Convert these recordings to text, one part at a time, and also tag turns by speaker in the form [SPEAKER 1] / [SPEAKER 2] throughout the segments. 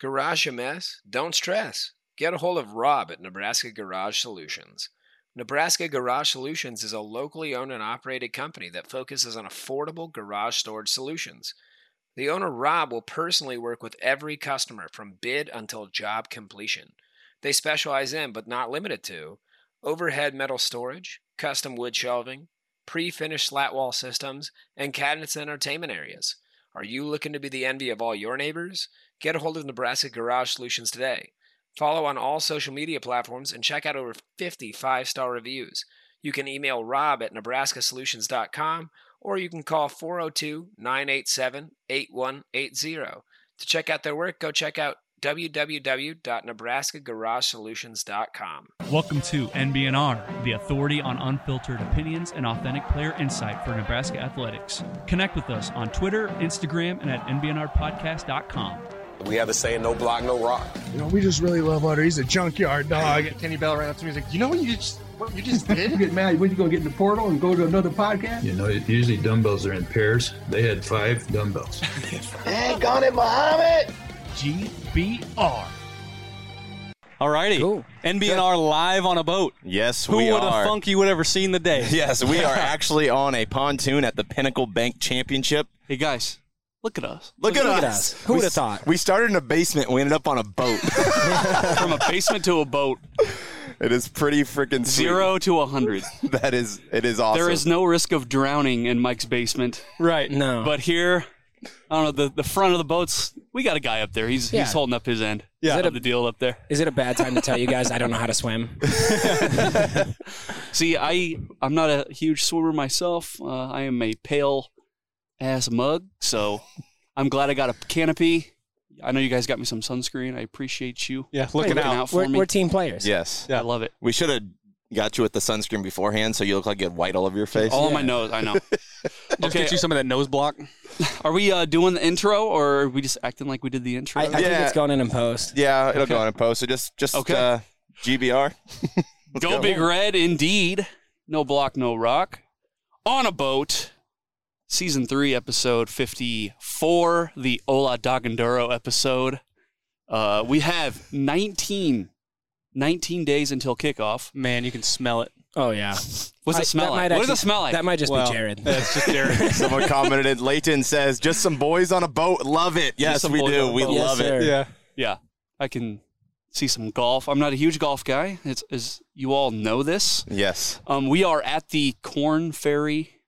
[SPEAKER 1] Garage a mess? Don't stress. Get a hold of Rob at Nebraska Garage Solutions. Nebraska Garage Solutions is a locally owned and operated company that focuses on affordable garage storage solutions. The owner, Rob, will personally work with every customer from bid until job completion. They specialize in, but not limited to, overhead metal storage, custom wood shelving, pre finished slat wall systems, and cabinets and entertainment areas. Are you looking to be the envy of all your neighbors? Get a hold of Nebraska Garage Solutions today. Follow on all social media platforms and check out over 50 five star reviews. You can email rob at nebraskasolutions.com or you can call 402 987 8180. To check out their work, go check out www.nebraskagaragesolutions.com.
[SPEAKER 2] Welcome to NBNR, the authority on unfiltered opinions and authentic player insight for Nebraska athletics. Connect with us on Twitter, Instagram, and at NBNRpodcast.com.
[SPEAKER 3] We have the saying, no block, no rock.
[SPEAKER 4] You know, we just really love Otter. He's a junkyard dog.
[SPEAKER 5] Kenny Bell ran up to me. He's like, "You know what you just what you just
[SPEAKER 6] You
[SPEAKER 5] did?
[SPEAKER 6] get mad when you go get in the portal and go to another podcast?
[SPEAKER 7] You know, usually dumbbells are in pairs. They had five dumbbells.
[SPEAKER 2] GBR.
[SPEAKER 8] Alrighty.
[SPEAKER 9] Cool.
[SPEAKER 8] NBNR live on a boat.
[SPEAKER 3] Yes,
[SPEAKER 8] Who
[SPEAKER 3] we
[SPEAKER 8] would
[SPEAKER 3] are.
[SPEAKER 8] have thunk you would ever seen the day?
[SPEAKER 3] yes, we are actually on a pontoon at the Pinnacle Bank Championship.
[SPEAKER 8] Hey guys, look at us.
[SPEAKER 3] Look, at,
[SPEAKER 9] Look at
[SPEAKER 3] us.
[SPEAKER 9] us. Who
[SPEAKER 3] We
[SPEAKER 9] would've
[SPEAKER 3] s-
[SPEAKER 9] thought?
[SPEAKER 3] We started in a basement. We ended up on a boat.
[SPEAKER 8] From a basement to a boat,
[SPEAKER 3] it is pretty freaking sweet.
[SPEAKER 8] zero to a hundred.
[SPEAKER 3] That is, it is awesome.
[SPEAKER 10] There is no risk of drowning in Mike's basement.
[SPEAKER 8] Right.
[SPEAKER 9] No.
[SPEAKER 10] But here, I don't know, the, the front of the boat's, we got a guy up there. He's
[SPEAKER 9] Yeah.
[SPEAKER 10] he's holding up his end
[SPEAKER 9] Yeah.
[SPEAKER 10] of the deal up there.
[SPEAKER 9] Is it a bad time to tell you guys I don't know how to swim?
[SPEAKER 10] See, I, I'm not a huge swimmer myself. Uh, I am a pale ass mug, so I'm glad I got a canopy. I know you guys got me some sunscreen. I appreciate you.
[SPEAKER 8] Yeah, looking
[SPEAKER 10] Looking
[SPEAKER 8] out.
[SPEAKER 10] out for
[SPEAKER 9] We're,
[SPEAKER 10] me.
[SPEAKER 9] we're team players.
[SPEAKER 3] Yes.
[SPEAKER 10] I love it.
[SPEAKER 3] We should have got you with the sunscreen beforehand so you look like you had white all over your face.
[SPEAKER 10] All on my nose. I know.
[SPEAKER 8] Just
[SPEAKER 10] Okay.
[SPEAKER 8] get you some of that nose block.
[SPEAKER 10] Are we uh, doing the intro, or are we just acting like we did the intro?
[SPEAKER 9] I, I think
[SPEAKER 3] Yeah.
[SPEAKER 9] it's going in and post.
[SPEAKER 3] Yeah, it'll go on a post. So just, just
[SPEAKER 10] Okay.
[SPEAKER 3] uh, GBR.
[SPEAKER 10] Go,
[SPEAKER 3] go.
[SPEAKER 10] Big Red, indeed. No block, no rock. On a boat. Season three, episode fifty-four, the Ola Dogondoro episode. Uh, we have 19, 19 days until kickoff.
[SPEAKER 8] Man, you can smell it.
[SPEAKER 9] Oh yeah.
[SPEAKER 10] What's
[SPEAKER 9] I-
[SPEAKER 10] the smell
[SPEAKER 9] that
[SPEAKER 10] like?
[SPEAKER 9] might
[SPEAKER 10] What does
[SPEAKER 9] actually-
[SPEAKER 10] it smell like?
[SPEAKER 9] That might just
[SPEAKER 8] Well,
[SPEAKER 9] be Jared.
[SPEAKER 3] uh,
[SPEAKER 8] That's just Jared.
[SPEAKER 3] Someone commented, Leighton says, just some boys on a boat. Love it. Yes,
[SPEAKER 10] some
[SPEAKER 3] we
[SPEAKER 10] boys on
[SPEAKER 3] do.
[SPEAKER 10] a
[SPEAKER 3] We
[SPEAKER 10] boat.
[SPEAKER 9] Yes,
[SPEAKER 3] love it.
[SPEAKER 9] sir.
[SPEAKER 8] yeah.
[SPEAKER 10] yeah, I can see some golf. I'm not a huge golf guy. It's as you all know this.
[SPEAKER 3] Yes.
[SPEAKER 10] Um, we are at the Corn Ferry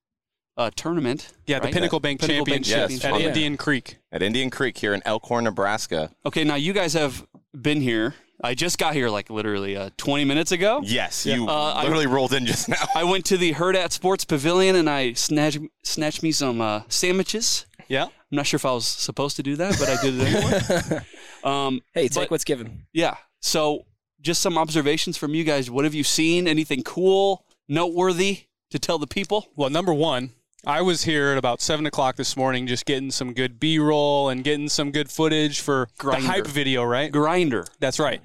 [SPEAKER 10] uh, tournament.
[SPEAKER 8] Yeah, the
[SPEAKER 10] right?
[SPEAKER 8] Pinnacle Bank
[SPEAKER 10] Pinnacle Bank
[SPEAKER 8] Championship
[SPEAKER 3] Championship.
[SPEAKER 8] at
[SPEAKER 3] Yeah.
[SPEAKER 8] Indian Creek.
[SPEAKER 3] At Indian Creek here in Elkhorn, Nebraska.
[SPEAKER 10] Okay, now you guys have been here. I just got here like literally uh, 20 minutes ago.
[SPEAKER 3] Yes, you
[SPEAKER 10] Uh, I-
[SPEAKER 3] literally rolled in just now.
[SPEAKER 10] I went to the Herd at Sports Pavilion and I snatched, snatched me some uh, sandwiches.
[SPEAKER 8] Yeah.
[SPEAKER 10] I'm not sure if I was supposed to do that, but I did it anyway. um,
[SPEAKER 9] Hey, take
[SPEAKER 10] But-
[SPEAKER 9] what's given.
[SPEAKER 10] yeah. So, just some observations from you guys. What have you seen? Anything cool, noteworthy to tell the people?
[SPEAKER 8] Well, number one, I was here at about seven o'clock this morning, just getting some good B-roll and getting some good footage for
[SPEAKER 10] Grinder.
[SPEAKER 8] the hype video, right?
[SPEAKER 10] Grinder.
[SPEAKER 8] That's right.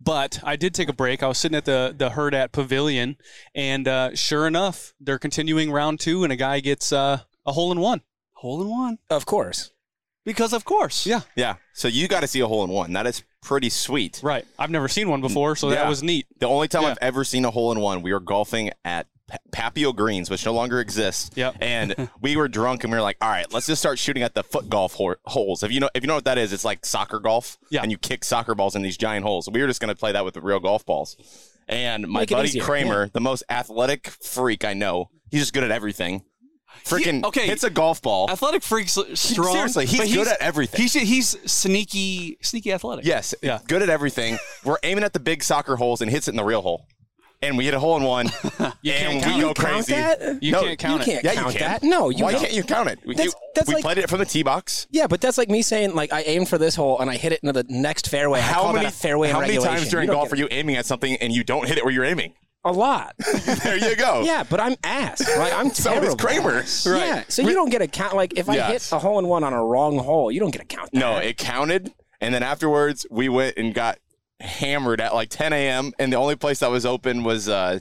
[SPEAKER 8] But I did take a break. I was sitting at the the herd at Pavilion, and uh, sure enough, they're continuing round two, and a guy gets uh, a hole in one.
[SPEAKER 10] Hole in one.
[SPEAKER 9] Of course.
[SPEAKER 10] Because, of course.
[SPEAKER 8] Yeah.
[SPEAKER 3] Yeah. So you got to see a hole in one. That is pretty sweet.
[SPEAKER 8] Right. I've never seen one before, so
[SPEAKER 3] Yeah.
[SPEAKER 8] that was neat.
[SPEAKER 3] The only time
[SPEAKER 8] Yeah.
[SPEAKER 3] I've ever seen a hole in one, we were golfing at Pa- Papio Greens, which no longer exists.
[SPEAKER 8] Yep.
[SPEAKER 3] And we were drunk, and we were like, "All right, let's just start shooting at the foot golf ho- holes." If you know, if you know what that is, it's like soccer golf.
[SPEAKER 8] Yeah.
[SPEAKER 3] And you kick soccer balls in these giant holes. We were just gonna play that with the real golf balls. And my
[SPEAKER 9] Make it
[SPEAKER 3] buddy
[SPEAKER 9] easier,
[SPEAKER 3] Kramer, the most athletic freak I know, he's just good at everything. Freaking
[SPEAKER 10] He- okay.
[SPEAKER 3] hits a golf ball.
[SPEAKER 10] Athletic freaks strong.
[SPEAKER 3] Seriously, he's
[SPEAKER 10] but
[SPEAKER 3] good at everything.
[SPEAKER 10] He's he's sneaky, sneaky athletic.
[SPEAKER 3] Yes,
[SPEAKER 8] Yeah.
[SPEAKER 3] good at everything. We're aiming at the big soccer holes and hits it in the real hole, and we hit a hole in one, and
[SPEAKER 8] can't
[SPEAKER 3] we
[SPEAKER 8] count
[SPEAKER 3] go
[SPEAKER 8] it.
[SPEAKER 9] Count
[SPEAKER 3] crazy.
[SPEAKER 9] that?
[SPEAKER 8] You
[SPEAKER 3] No,
[SPEAKER 8] can't count it.
[SPEAKER 9] you can't
[SPEAKER 3] Yeah,
[SPEAKER 9] count
[SPEAKER 3] you can.
[SPEAKER 9] that. No, you
[SPEAKER 3] Why
[SPEAKER 9] don't.
[SPEAKER 3] can't you count it? We,
[SPEAKER 9] That's-
[SPEAKER 3] you-
[SPEAKER 9] that's
[SPEAKER 3] we
[SPEAKER 9] like-
[SPEAKER 3] played it from the tee box.
[SPEAKER 9] Yeah, but that's like me saying like I aimed for this hole and I hit it into the next fairway. I
[SPEAKER 3] How
[SPEAKER 9] call
[SPEAKER 3] many
[SPEAKER 9] that a fairway in
[SPEAKER 3] How many
[SPEAKER 9] regulation.
[SPEAKER 3] times during
[SPEAKER 9] don't
[SPEAKER 3] golf
[SPEAKER 9] get
[SPEAKER 3] are
[SPEAKER 9] it.
[SPEAKER 3] you aiming at something and you don't hit it where you're aiming?
[SPEAKER 9] A lot.
[SPEAKER 3] there you go.
[SPEAKER 9] yeah, but I'm ass. Right? I'm
[SPEAKER 3] So
[SPEAKER 9] terrible.
[SPEAKER 3] is Kramer.
[SPEAKER 9] Yeah. So you don't get a count. Like if I
[SPEAKER 3] Yes.
[SPEAKER 9] hit a hole in one on a wrong hole, you don't get a count. That.
[SPEAKER 3] No, it counted, and then afterwards we went and got hammered at like 10 a.m. and the only place that was open was uh,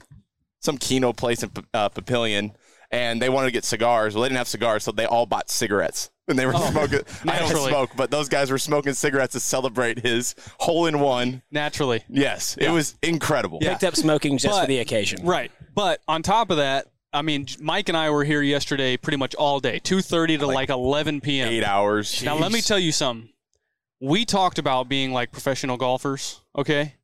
[SPEAKER 3] some Kino place in P- uh, Papillion, and they wanted to get cigars. Well, they didn't have cigars, so they all bought cigarettes. and they were
[SPEAKER 10] Oh,
[SPEAKER 3] smoking. I don't
[SPEAKER 11] naturally.
[SPEAKER 3] smoke, but those guys were smoking cigarettes to celebrate his hole in one.
[SPEAKER 11] Naturally.
[SPEAKER 3] Yes, it was incredible.
[SPEAKER 9] Picked up smoking just
[SPEAKER 10] But-
[SPEAKER 9] for the occasion.
[SPEAKER 10] Right. But on top of that, I mean, J- Mike and I were here yesterday pretty much all day, 2.30 to like, 11 p.m.
[SPEAKER 3] eight hours.
[SPEAKER 10] Now, let me tell you something. We talked about being like professional golfers, okay?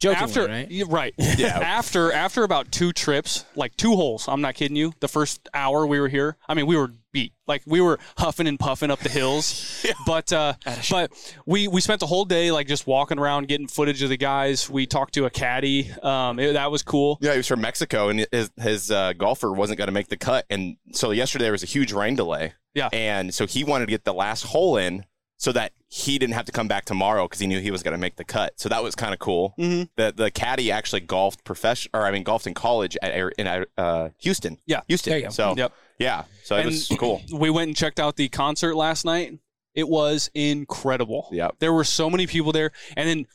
[SPEAKER 9] Jokingly,
[SPEAKER 10] after
[SPEAKER 9] right?
[SPEAKER 10] Yeah, right.
[SPEAKER 3] Yeah.
[SPEAKER 10] after after about two trips, like two holes, I'm not kidding you. The first hour we were here, I mean, we were beat. Like we were huffing and puffing up the hills. But uh but we we spent the whole day like just walking around getting footage of the guys. We talked to a caddy. Um it- that was cool.
[SPEAKER 3] Yeah, he was from Mexico, and his his uh, golfer wasn't going to make the cut, and so yesterday there was a huge rain delay.
[SPEAKER 10] Yeah.
[SPEAKER 3] and so he wanted to get the last hole in so that he didn't have to come back tomorrow because he knew he was going to make the cut. So that was kind of cool.
[SPEAKER 10] Mhm.
[SPEAKER 3] The the caddy actually golfed profession, or I mean, golfed in college at in uh, Houston.
[SPEAKER 10] Yeah.
[SPEAKER 3] Houston.
[SPEAKER 9] There you go.
[SPEAKER 3] So
[SPEAKER 10] Yep.
[SPEAKER 3] yeah, so it
[SPEAKER 10] And-
[SPEAKER 3] was cool.
[SPEAKER 10] We went and checked out the concert last night. It was incredible.
[SPEAKER 3] Yep.
[SPEAKER 10] There were so many people there. And then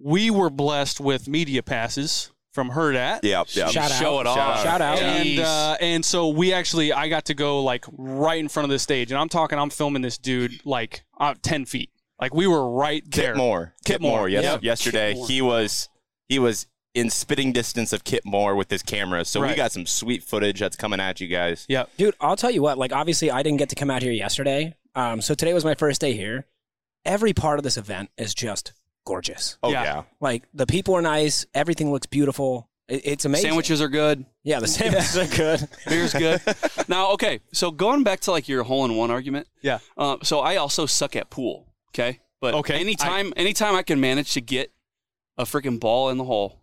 [SPEAKER 10] we were blessed with media passes from Herd at.
[SPEAKER 3] Yeah, yeah.
[SPEAKER 9] Shout out.
[SPEAKER 11] Show it off.
[SPEAKER 9] Shout out.
[SPEAKER 10] And uh, and so we actually I got to go like right in front of the stage and I'm talking I'm filming this dude like uh, ten feet like we were right there
[SPEAKER 3] Kit Moore.
[SPEAKER 10] Kit Moore,
[SPEAKER 3] Yes,
[SPEAKER 10] yep.
[SPEAKER 3] yesterday
[SPEAKER 10] Kit Moore.
[SPEAKER 3] he was he was in spitting distance of Kit Moore with his camera. So we
[SPEAKER 10] Right.
[SPEAKER 3] got some sweet footage that's coming at you guys.
[SPEAKER 9] Dude, I'll tell you what, like obviously I didn't get to come out here yesterday. Um, so today was my first day here. Every part of this event is just gorgeous.
[SPEAKER 3] Oh
[SPEAKER 10] Yeah.
[SPEAKER 3] yeah.
[SPEAKER 9] Like the people are nice, everything looks beautiful. It, it's amazing.
[SPEAKER 11] Sandwiches are good.
[SPEAKER 9] Yeah, the sandwiches are good.
[SPEAKER 11] Beer's good. now, okay. So going back to like your hole in one argument.
[SPEAKER 10] Yeah.
[SPEAKER 11] Uh, so I also suck at pool. Okay. But
[SPEAKER 10] Okay, I-
[SPEAKER 11] anytime, anytime I can manage to get a freaking ball in the hole,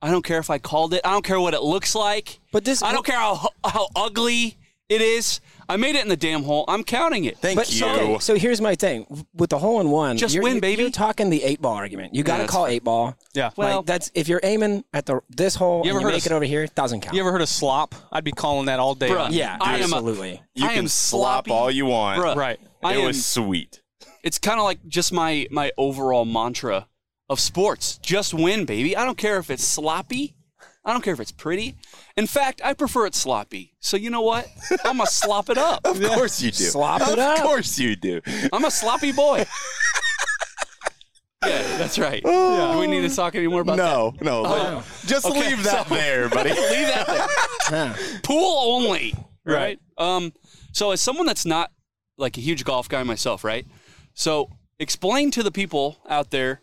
[SPEAKER 11] I don't care if I called it. I don't care what it looks like.
[SPEAKER 9] But this
[SPEAKER 11] I don't care how how ugly it is. I made it in the damn hole. I'm counting it.
[SPEAKER 3] Thank
[SPEAKER 9] But
[SPEAKER 3] you.
[SPEAKER 9] so, okay, so here's my thing with the hole in one.
[SPEAKER 11] Just
[SPEAKER 9] you're,
[SPEAKER 11] win,
[SPEAKER 9] you're-
[SPEAKER 11] baby.
[SPEAKER 9] You're talking the eight ball argument. You got to
[SPEAKER 11] that's
[SPEAKER 9] call eight ball.
[SPEAKER 10] yeah
[SPEAKER 11] Well-
[SPEAKER 9] like that's if you're aiming at the this hole
[SPEAKER 10] You
[SPEAKER 9] you and
[SPEAKER 10] ever
[SPEAKER 9] you
[SPEAKER 10] heard
[SPEAKER 9] make
[SPEAKER 10] of-
[SPEAKER 9] it over here, it doesn't count.
[SPEAKER 10] you ever heard of slop I'd be calling that all day
[SPEAKER 11] Bruh.
[SPEAKER 10] on-
[SPEAKER 9] yeah,
[SPEAKER 11] I am a-
[SPEAKER 9] absolutely.
[SPEAKER 3] you
[SPEAKER 11] I
[SPEAKER 3] can
[SPEAKER 11] am
[SPEAKER 3] slop
[SPEAKER 11] sloppy,
[SPEAKER 3] all you want.
[SPEAKER 11] Bruh.
[SPEAKER 10] right
[SPEAKER 11] I
[SPEAKER 3] it
[SPEAKER 11] am-
[SPEAKER 3] was sweet.
[SPEAKER 11] it's kind of like just my my overall mantra of sports just win baby i don't care if it's sloppy i don't care if it's pretty in fact i prefer it sloppy so you know what i'm gonna slop it up
[SPEAKER 3] Of course you do.
[SPEAKER 9] Slop
[SPEAKER 3] of
[SPEAKER 9] it up.
[SPEAKER 3] course you do.
[SPEAKER 11] i'm a sloppy boy yeah that's right do we need to talk anymore about that
[SPEAKER 3] No, no. let- Just
[SPEAKER 11] Okay,
[SPEAKER 3] leave that
[SPEAKER 11] so-
[SPEAKER 3] there, buddy.
[SPEAKER 11] leave that there pool only right um so as someone that's not like a huge golf guy myself right so explain to the people out there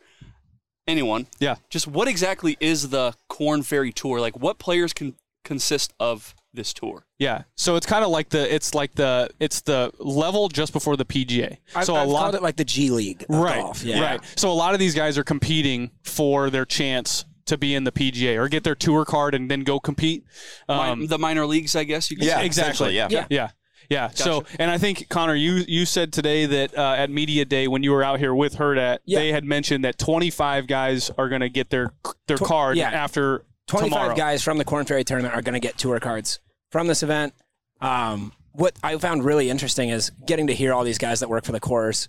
[SPEAKER 11] anyone
[SPEAKER 10] yeah
[SPEAKER 11] just what exactly is the Corn Ferry Tour? Like, what players can consist of this tour?
[SPEAKER 10] yeah so it's kind of like the it's like the it's the level just before the PGA
[SPEAKER 9] I've,
[SPEAKER 10] so
[SPEAKER 9] I've
[SPEAKER 10] a lot
[SPEAKER 9] called it like the G League of
[SPEAKER 10] right,
[SPEAKER 9] golf. Yeah.
[SPEAKER 10] Right. So a lot of these guys are competing for their chance to be in the PGA or get their tour card and then go compete. Um,
[SPEAKER 11] Min- the minor leagues, I guess you could
[SPEAKER 3] Yeah,
[SPEAKER 11] say.
[SPEAKER 3] exactly. Yeah.
[SPEAKER 10] yeah. Yeah. Yeah. So, and I think Connor, you you said today that uh, at media day when you were out here with her, that
[SPEAKER 9] Yeah.
[SPEAKER 10] they had mentioned that 25 guys are going to get their their card
[SPEAKER 9] yeah.
[SPEAKER 10] after
[SPEAKER 9] 25
[SPEAKER 10] tomorrow.
[SPEAKER 9] guys from the Corn Ferry tournament are going to get tour cards from this event. Um, what I found really interesting is getting to hear all these guys that work for the course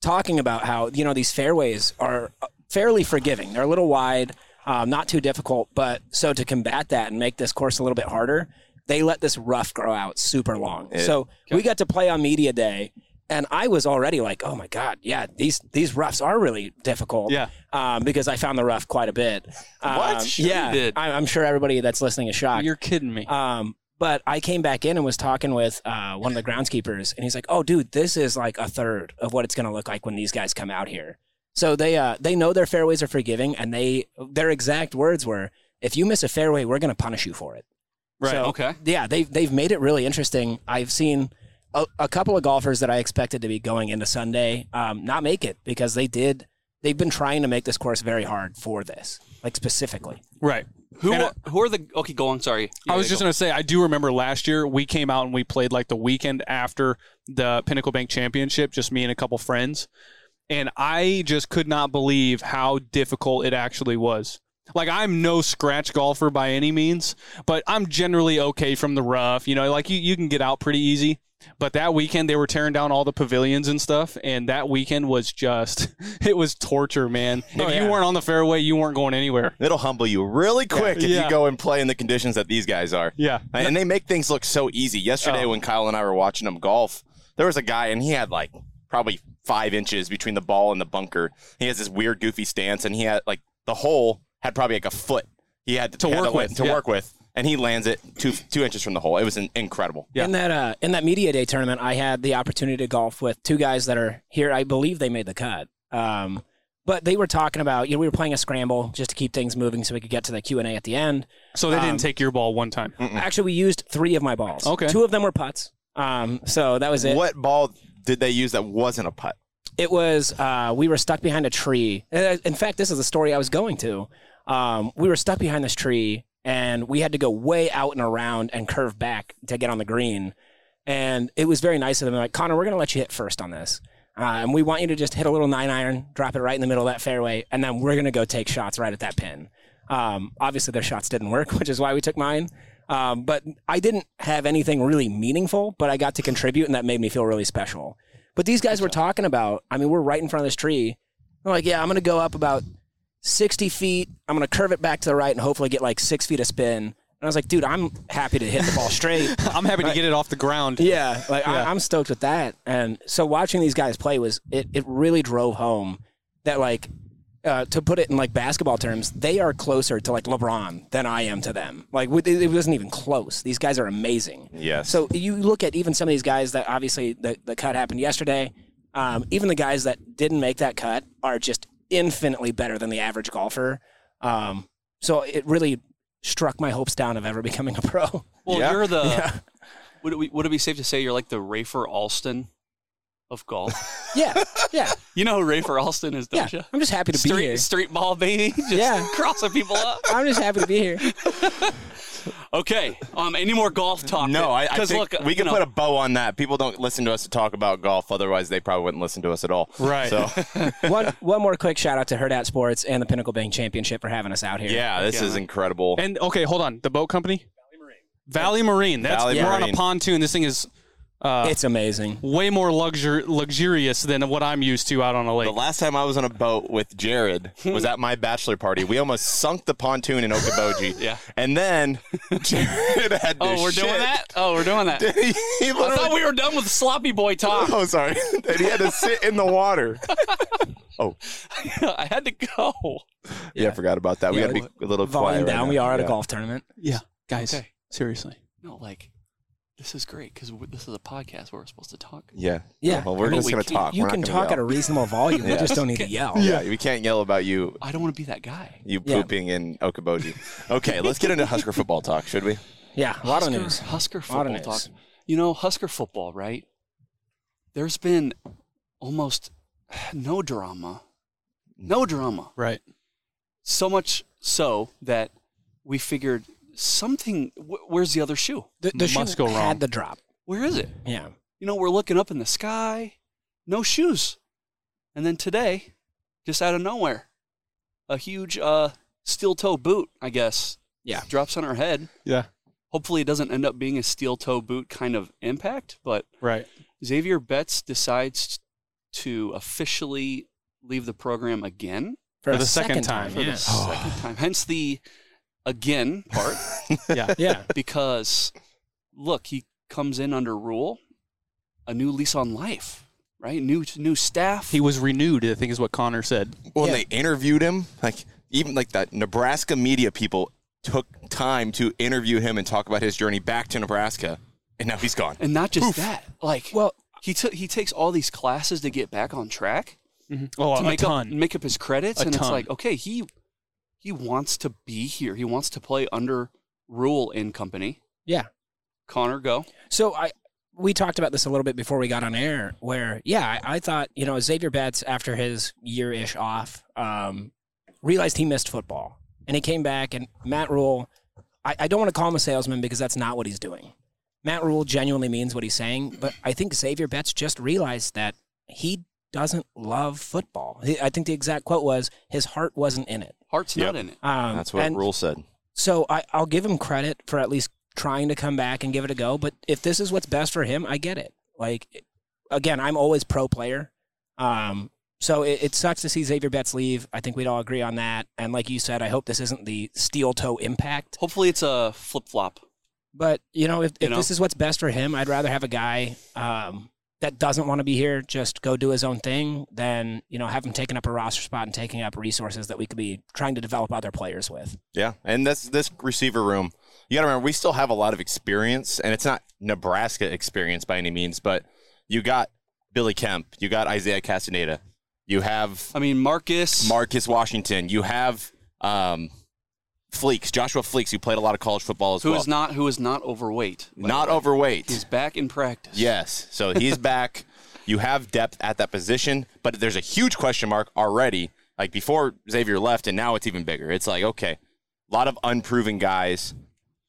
[SPEAKER 9] talking about how, you know, these fairways are uh, fairly forgiving. They're a little wide, um, not too difficult. But so to combat that and make this course a little bit harder, they let this rough grow out super long. so we got to play on media day. And I was already like, oh my God, yeah, these these roughs are really difficult.
[SPEAKER 10] Yeah.
[SPEAKER 9] Um, because I found the rough quite a bit.
[SPEAKER 11] What?
[SPEAKER 9] Um,
[SPEAKER 11] Sure you
[SPEAKER 9] yeah.
[SPEAKER 11] did.
[SPEAKER 9] I, I'm sure everybody that's listening is shocked.
[SPEAKER 10] You're kidding me.
[SPEAKER 9] um, but I came back in and was talking with uh, one of the groundskeepers, and he's like, "Oh, dude, this is like a third of what it's going to look like when these guys come out here." So they uh, they know their fairways are forgiving, and they their exact words were, "If you miss a fairway, we're going to punish you for it."
[SPEAKER 10] Right,
[SPEAKER 9] So,
[SPEAKER 11] okay.
[SPEAKER 9] Yeah. They've they've made it really interesting. I've seen. A, a couple of golfers that I expected to be going into Sunday um, not make it because they did. They've been trying to make this course very hard for this, like specifically.
[SPEAKER 10] right.
[SPEAKER 11] Who
[SPEAKER 10] And
[SPEAKER 11] are, who are the? Okay, go on. Sorry,
[SPEAKER 10] I was just going to say, I do remember last year we came out and we played like the weekend after the Pinnacle Bank Championship, just me and a couple friends. And I just could not believe how difficult it actually was. Like, I'm no scratch golfer by any means, but I'm generally okay from the rough. You know, like you, you can get out pretty easy. But that weekend, they were tearing down all the pavilions and stuff. And that weekend was just, it was torture, man.
[SPEAKER 11] Oh,
[SPEAKER 10] if you weren't on the fairway, you weren't going anywhere.
[SPEAKER 3] It'll humble you really quick if
[SPEAKER 10] Yeah.
[SPEAKER 3] you go and play in the conditions that these guys are.
[SPEAKER 10] Yeah.
[SPEAKER 3] And they make things look so easy. Yesterday,
[SPEAKER 10] Oh.
[SPEAKER 3] when Kyle and I were watching them golf, There was a guy, and he had like probably five inches between the ball and the bunker. He has this weird, goofy stance, and he had like the hole had probably like a foot. He had
[SPEAKER 10] To
[SPEAKER 3] had
[SPEAKER 10] work
[SPEAKER 3] to, land-
[SPEAKER 10] with,
[SPEAKER 3] to
[SPEAKER 10] yeah.
[SPEAKER 3] work with, and he lands it two two inches from the hole. It was in- incredible.
[SPEAKER 10] Yeah.
[SPEAKER 9] In that uh, in that media day tournament, I had the opportunity to golf with two guys that are here. I believe they made the cut. Um, but they were talking about you know we were playing a scramble just to keep things moving so we could get to the Q and A at the end.
[SPEAKER 10] So they
[SPEAKER 9] Um,
[SPEAKER 10] didn't take your ball one time.
[SPEAKER 11] Mm.
[SPEAKER 9] Actually, we used three of my balls.
[SPEAKER 10] Okay.
[SPEAKER 9] two of them were putts. Um, so that was it.
[SPEAKER 3] What ball did they use that wasn't a putt?
[SPEAKER 9] It was uh, we were stuck behind a tree. Uh, In fact, this is the story I was going to. Um, we were stuck behind this tree, and we had to go way out and around and curve back to get on the green. And it was very nice of them. They're like Connor, we're going to let you hit first on this, uh, and we want you to just hit a little nine iron, drop it right in the middle of that fairway, and then we're going to go take shots right at that pin. Um, obviously, their shots didn't work, which is why we took mine. Um, but I didn't have anything really meaningful, but I got to contribute, and that made me feel really special. But these guys were talking about, I mean, we're right in front of this tree. I'm like, yeah, I'm going to go up about 60 feet. I'm going to curve it back to the right and hopefully get like six feet of spin. And I was like, dude, I'm happy to hit the ball straight.
[SPEAKER 10] I'm happy to get it off the ground.
[SPEAKER 9] yeah. Like,
[SPEAKER 10] Yeah.
[SPEAKER 9] I, I'm stoked with that. And so watching these guys play was, it, it really drove home that, like, uh, to put it in like basketball terms, they are closer to like LeBron than I am to them. Like, with- it it wasn't even close. These guys are amazing.
[SPEAKER 3] Yes.
[SPEAKER 9] So you look at even some of these guys that obviously the, the cut happened yesterday. Um, even the guys that didn't make that cut are just infinitely better than the average golfer. Um, so it really struck my hopes down of ever becoming a pro.
[SPEAKER 11] Well,
[SPEAKER 3] Yeah.
[SPEAKER 11] you're the. Would, it, be- would it be safe to say you're like the Rafer Alston of golf?
[SPEAKER 9] yeah, yeah,
[SPEAKER 11] you know who Rafer Alston is,
[SPEAKER 9] yeah.
[SPEAKER 11] don't you?
[SPEAKER 9] I'm just happy to be
[SPEAKER 11] Street,
[SPEAKER 9] here.
[SPEAKER 11] street ball, baby. Just
[SPEAKER 9] Yeah.
[SPEAKER 11] crossing people up.
[SPEAKER 9] I'm just happy to be here.
[SPEAKER 11] Okay. Um. Any more golf talk?
[SPEAKER 3] No, I, I
[SPEAKER 11] 'Cause
[SPEAKER 3] think
[SPEAKER 11] look,
[SPEAKER 3] we
[SPEAKER 11] you
[SPEAKER 3] can
[SPEAKER 11] know,
[SPEAKER 3] put a bow on that. People don't listen to us to talk about golf, otherwise they probably wouldn't listen to us at all.
[SPEAKER 10] Right.
[SPEAKER 3] So
[SPEAKER 9] one one more quick shout out to Herd Out Sports and the Pinnacle Bank Championship for having us out here.
[SPEAKER 3] yeah, this is incredible.
[SPEAKER 10] And okay, hold on. The boat company? Valley Marine. Valley Marine. That's
[SPEAKER 3] Valley
[SPEAKER 10] we're on a
[SPEAKER 3] Marine.
[SPEAKER 10] pontoon. This thing is uh,
[SPEAKER 9] It's amazing.
[SPEAKER 10] way more luxur- luxurious than what I'm used to out on a
[SPEAKER 3] the
[SPEAKER 10] lake.
[SPEAKER 3] last time I was on a boat with Jared was at my bachelor party. We almost sunk the pontoon in Okoboji.
[SPEAKER 11] Yeah.
[SPEAKER 3] And then Jared had to
[SPEAKER 11] Oh, we're
[SPEAKER 3] shit.
[SPEAKER 11] doing that. Oh, we're doing that.
[SPEAKER 3] he
[SPEAKER 11] I
[SPEAKER 3] literally
[SPEAKER 11] thought we were done with sloppy boy talk.
[SPEAKER 3] Oh, sorry. and he had to sit in the water.
[SPEAKER 11] I had to go.
[SPEAKER 3] Yeah, I forgot about that. We
[SPEAKER 9] Yeah,
[SPEAKER 3] got to be a little
[SPEAKER 9] Volume
[SPEAKER 3] quiet right
[SPEAKER 9] down.
[SPEAKER 3] now.
[SPEAKER 9] we are at
[SPEAKER 3] Yeah.
[SPEAKER 9] a golf tournament.
[SPEAKER 10] Yeah, guys.
[SPEAKER 11] Okay.
[SPEAKER 10] Seriously.
[SPEAKER 11] No, like this is great because this is a podcast where we're supposed to talk.
[SPEAKER 3] Yeah.
[SPEAKER 9] Yeah.
[SPEAKER 3] Well, we're
[SPEAKER 11] But
[SPEAKER 3] just
[SPEAKER 11] we
[SPEAKER 3] going to
[SPEAKER 11] can't-
[SPEAKER 3] talk.
[SPEAKER 9] You
[SPEAKER 3] We're
[SPEAKER 9] can
[SPEAKER 3] not gonna
[SPEAKER 9] talk at a
[SPEAKER 3] yell.
[SPEAKER 9] reasonable volume. You
[SPEAKER 3] Yeah.
[SPEAKER 9] just don't need to yell.
[SPEAKER 3] Yeah, we can't yell about you
[SPEAKER 11] I don't want to be that guy.
[SPEAKER 3] you
[SPEAKER 9] Yeah.
[SPEAKER 3] pooping in Okoboji. Okay, let's get into Husker football talk, should we?
[SPEAKER 9] Yeah, a lot of
[SPEAKER 11] Husker,
[SPEAKER 9] news.
[SPEAKER 11] Husker
[SPEAKER 9] A lot of
[SPEAKER 11] football talk.
[SPEAKER 9] news.
[SPEAKER 11] You know, Husker football, right? There's been almost no drama. No drama.
[SPEAKER 10] Right.
[SPEAKER 11] So much so that we figured something. Wh- where's the other shoe?
[SPEAKER 9] The, the shoe
[SPEAKER 10] Must go wrong.
[SPEAKER 9] had the drop.
[SPEAKER 11] Where is it?
[SPEAKER 9] Yeah.
[SPEAKER 11] You know, we're looking up in the sky, no shoes. And then today, just out of nowhere, a huge uh, steel toe boot, I guess.
[SPEAKER 9] Yeah.
[SPEAKER 11] Drops on our head.
[SPEAKER 10] Yeah.
[SPEAKER 11] Hopefully, it doesn't end up being a steel toe boot kind of impact, but
[SPEAKER 10] Right.
[SPEAKER 11] Xavier Betts decides to officially leave the program again
[SPEAKER 10] For
[SPEAKER 9] a
[SPEAKER 10] the second time.
[SPEAKER 11] for the second time. Hence the again part,
[SPEAKER 10] Yeah.
[SPEAKER 9] Yeah.
[SPEAKER 11] because look, he comes in under rule, a new lease on life, right? New new staff.
[SPEAKER 10] He was renewed, I think is what Connor said.
[SPEAKER 3] When they interviewed him, like even like that Nebraska media people took time to interview him and talk about his journey back to Nebraska, and now he's gone.
[SPEAKER 11] and not just that, like
[SPEAKER 9] Well,
[SPEAKER 11] he took he takes all these classes to get back on track.
[SPEAKER 10] Oh, a
[SPEAKER 11] to make up
[SPEAKER 10] ton.
[SPEAKER 11] make up his credits,
[SPEAKER 10] A
[SPEAKER 11] and it's
[SPEAKER 10] ton.
[SPEAKER 11] like okay, he he wants to be here. He wants to play under Rule in company.
[SPEAKER 9] Yeah.
[SPEAKER 11] Connor, go.
[SPEAKER 9] So I we talked about this a little bit before we got on air. Where yeah, I, I thought you know Xavier Betts after his year ish off um, realized he missed football and he came back and Matt Rule. I, I don't want to call him a salesman because that's not what he's doing. Matt Rule genuinely means what he's saying, but I think Xavier Betts just realized that he doesn't love football. He- I think the exact quote was his heart wasn't in it.
[SPEAKER 11] Hart's
[SPEAKER 3] Yep.
[SPEAKER 11] not in it.
[SPEAKER 9] Um,
[SPEAKER 3] That's what
[SPEAKER 9] and-
[SPEAKER 3] Rule said.
[SPEAKER 9] So I, I'll give him credit for at least trying to come back and give it a go. But if this is what's best for him, I get it. Like, it- again, I'm always pro player. Um, so it, it sucks to see Xavier Betts leave. I think we'd all agree on that. And like you said, I hope this isn't the steel toe impact.
[SPEAKER 11] Hopefully, it's a flip flop.
[SPEAKER 9] But you know, if, if
[SPEAKER 11] You know?
[SPEAKER 9] this is what's best for him, I'd rather have a guy um, that doesn't want to be here just go do his own thing, then you know have him taking up a roster spot and taking up resources that we could be trying to develop other players with.
[SPEAKER 3] Yeah, and this this receiver room. You got to remember, we still have a lot of experience, and it's not Nebraska experience by any means. But you got Billy Kemp, you got Isaiah Castaneda, you have
[SPEAKER 11] I mean, Marcus.
[SPEAKER 3] Marcus Washington, you have um, Fleeks, Joshua Fleeks, who played a lot of college football as
[SPEAKER 11] who
[SPEAKER 3] well.
[SPEAKER 11] is not who is not overweight. by the
[SPEAKER 3] not
[SPEAKER 11] way.
[SPEAKER 3] overweight.
[SPEAKER 11] He's back in practice.
[SPEAKER 3] Yes. So he's back. You have depth at that position, but there's a huge question mark already. Like before Xavier left, and now it's even bigger. It's like, okay, a lot of unproven guys.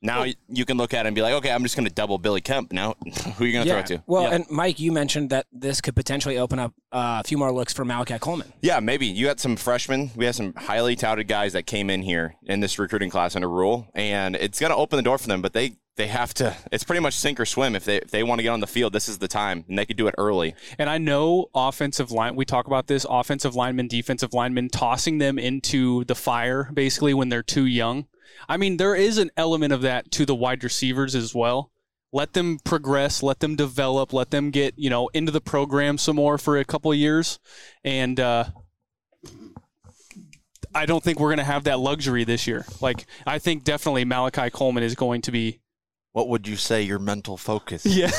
[SPEAKER 3] Now y- you can look at it and be like, okay, I'm just going to double Billy Kemp. Now, who are you going to throw it to?
[SPEAKER 9] Well,
[SPEAKER 11] Yeah.
[SPEAKER 9] and Mike, you mentioned that this could potentially open up uh, a few more looks for Malachi Coleman.
[SPEAKER 3] Yeah, maybe you had some freshmen. We had some highly touted guys that came in here in this recruiting class under rule, and it's going to open the door for them. But they they have to. It's pretty much sink or swim. If they if they want to get on the field, this is the time, and they could do it early.
[SPEAKER 10] And I know offensive line, we talk about this offensive linemen, defensive linemen, tossing them into the fire basically when they're too young. I mean, there is an element of that to the wide receivers as well. Let them progress, let them develop, let them get, you know, into the program some more for a couple of years. And, uh, I don't think we're going to have that luxury this year. Like, I think definitely Malachi Coleman is going to be.
[SPEAKER 3] What would you say your mental focus?
[SPEAKER 10] Yeah.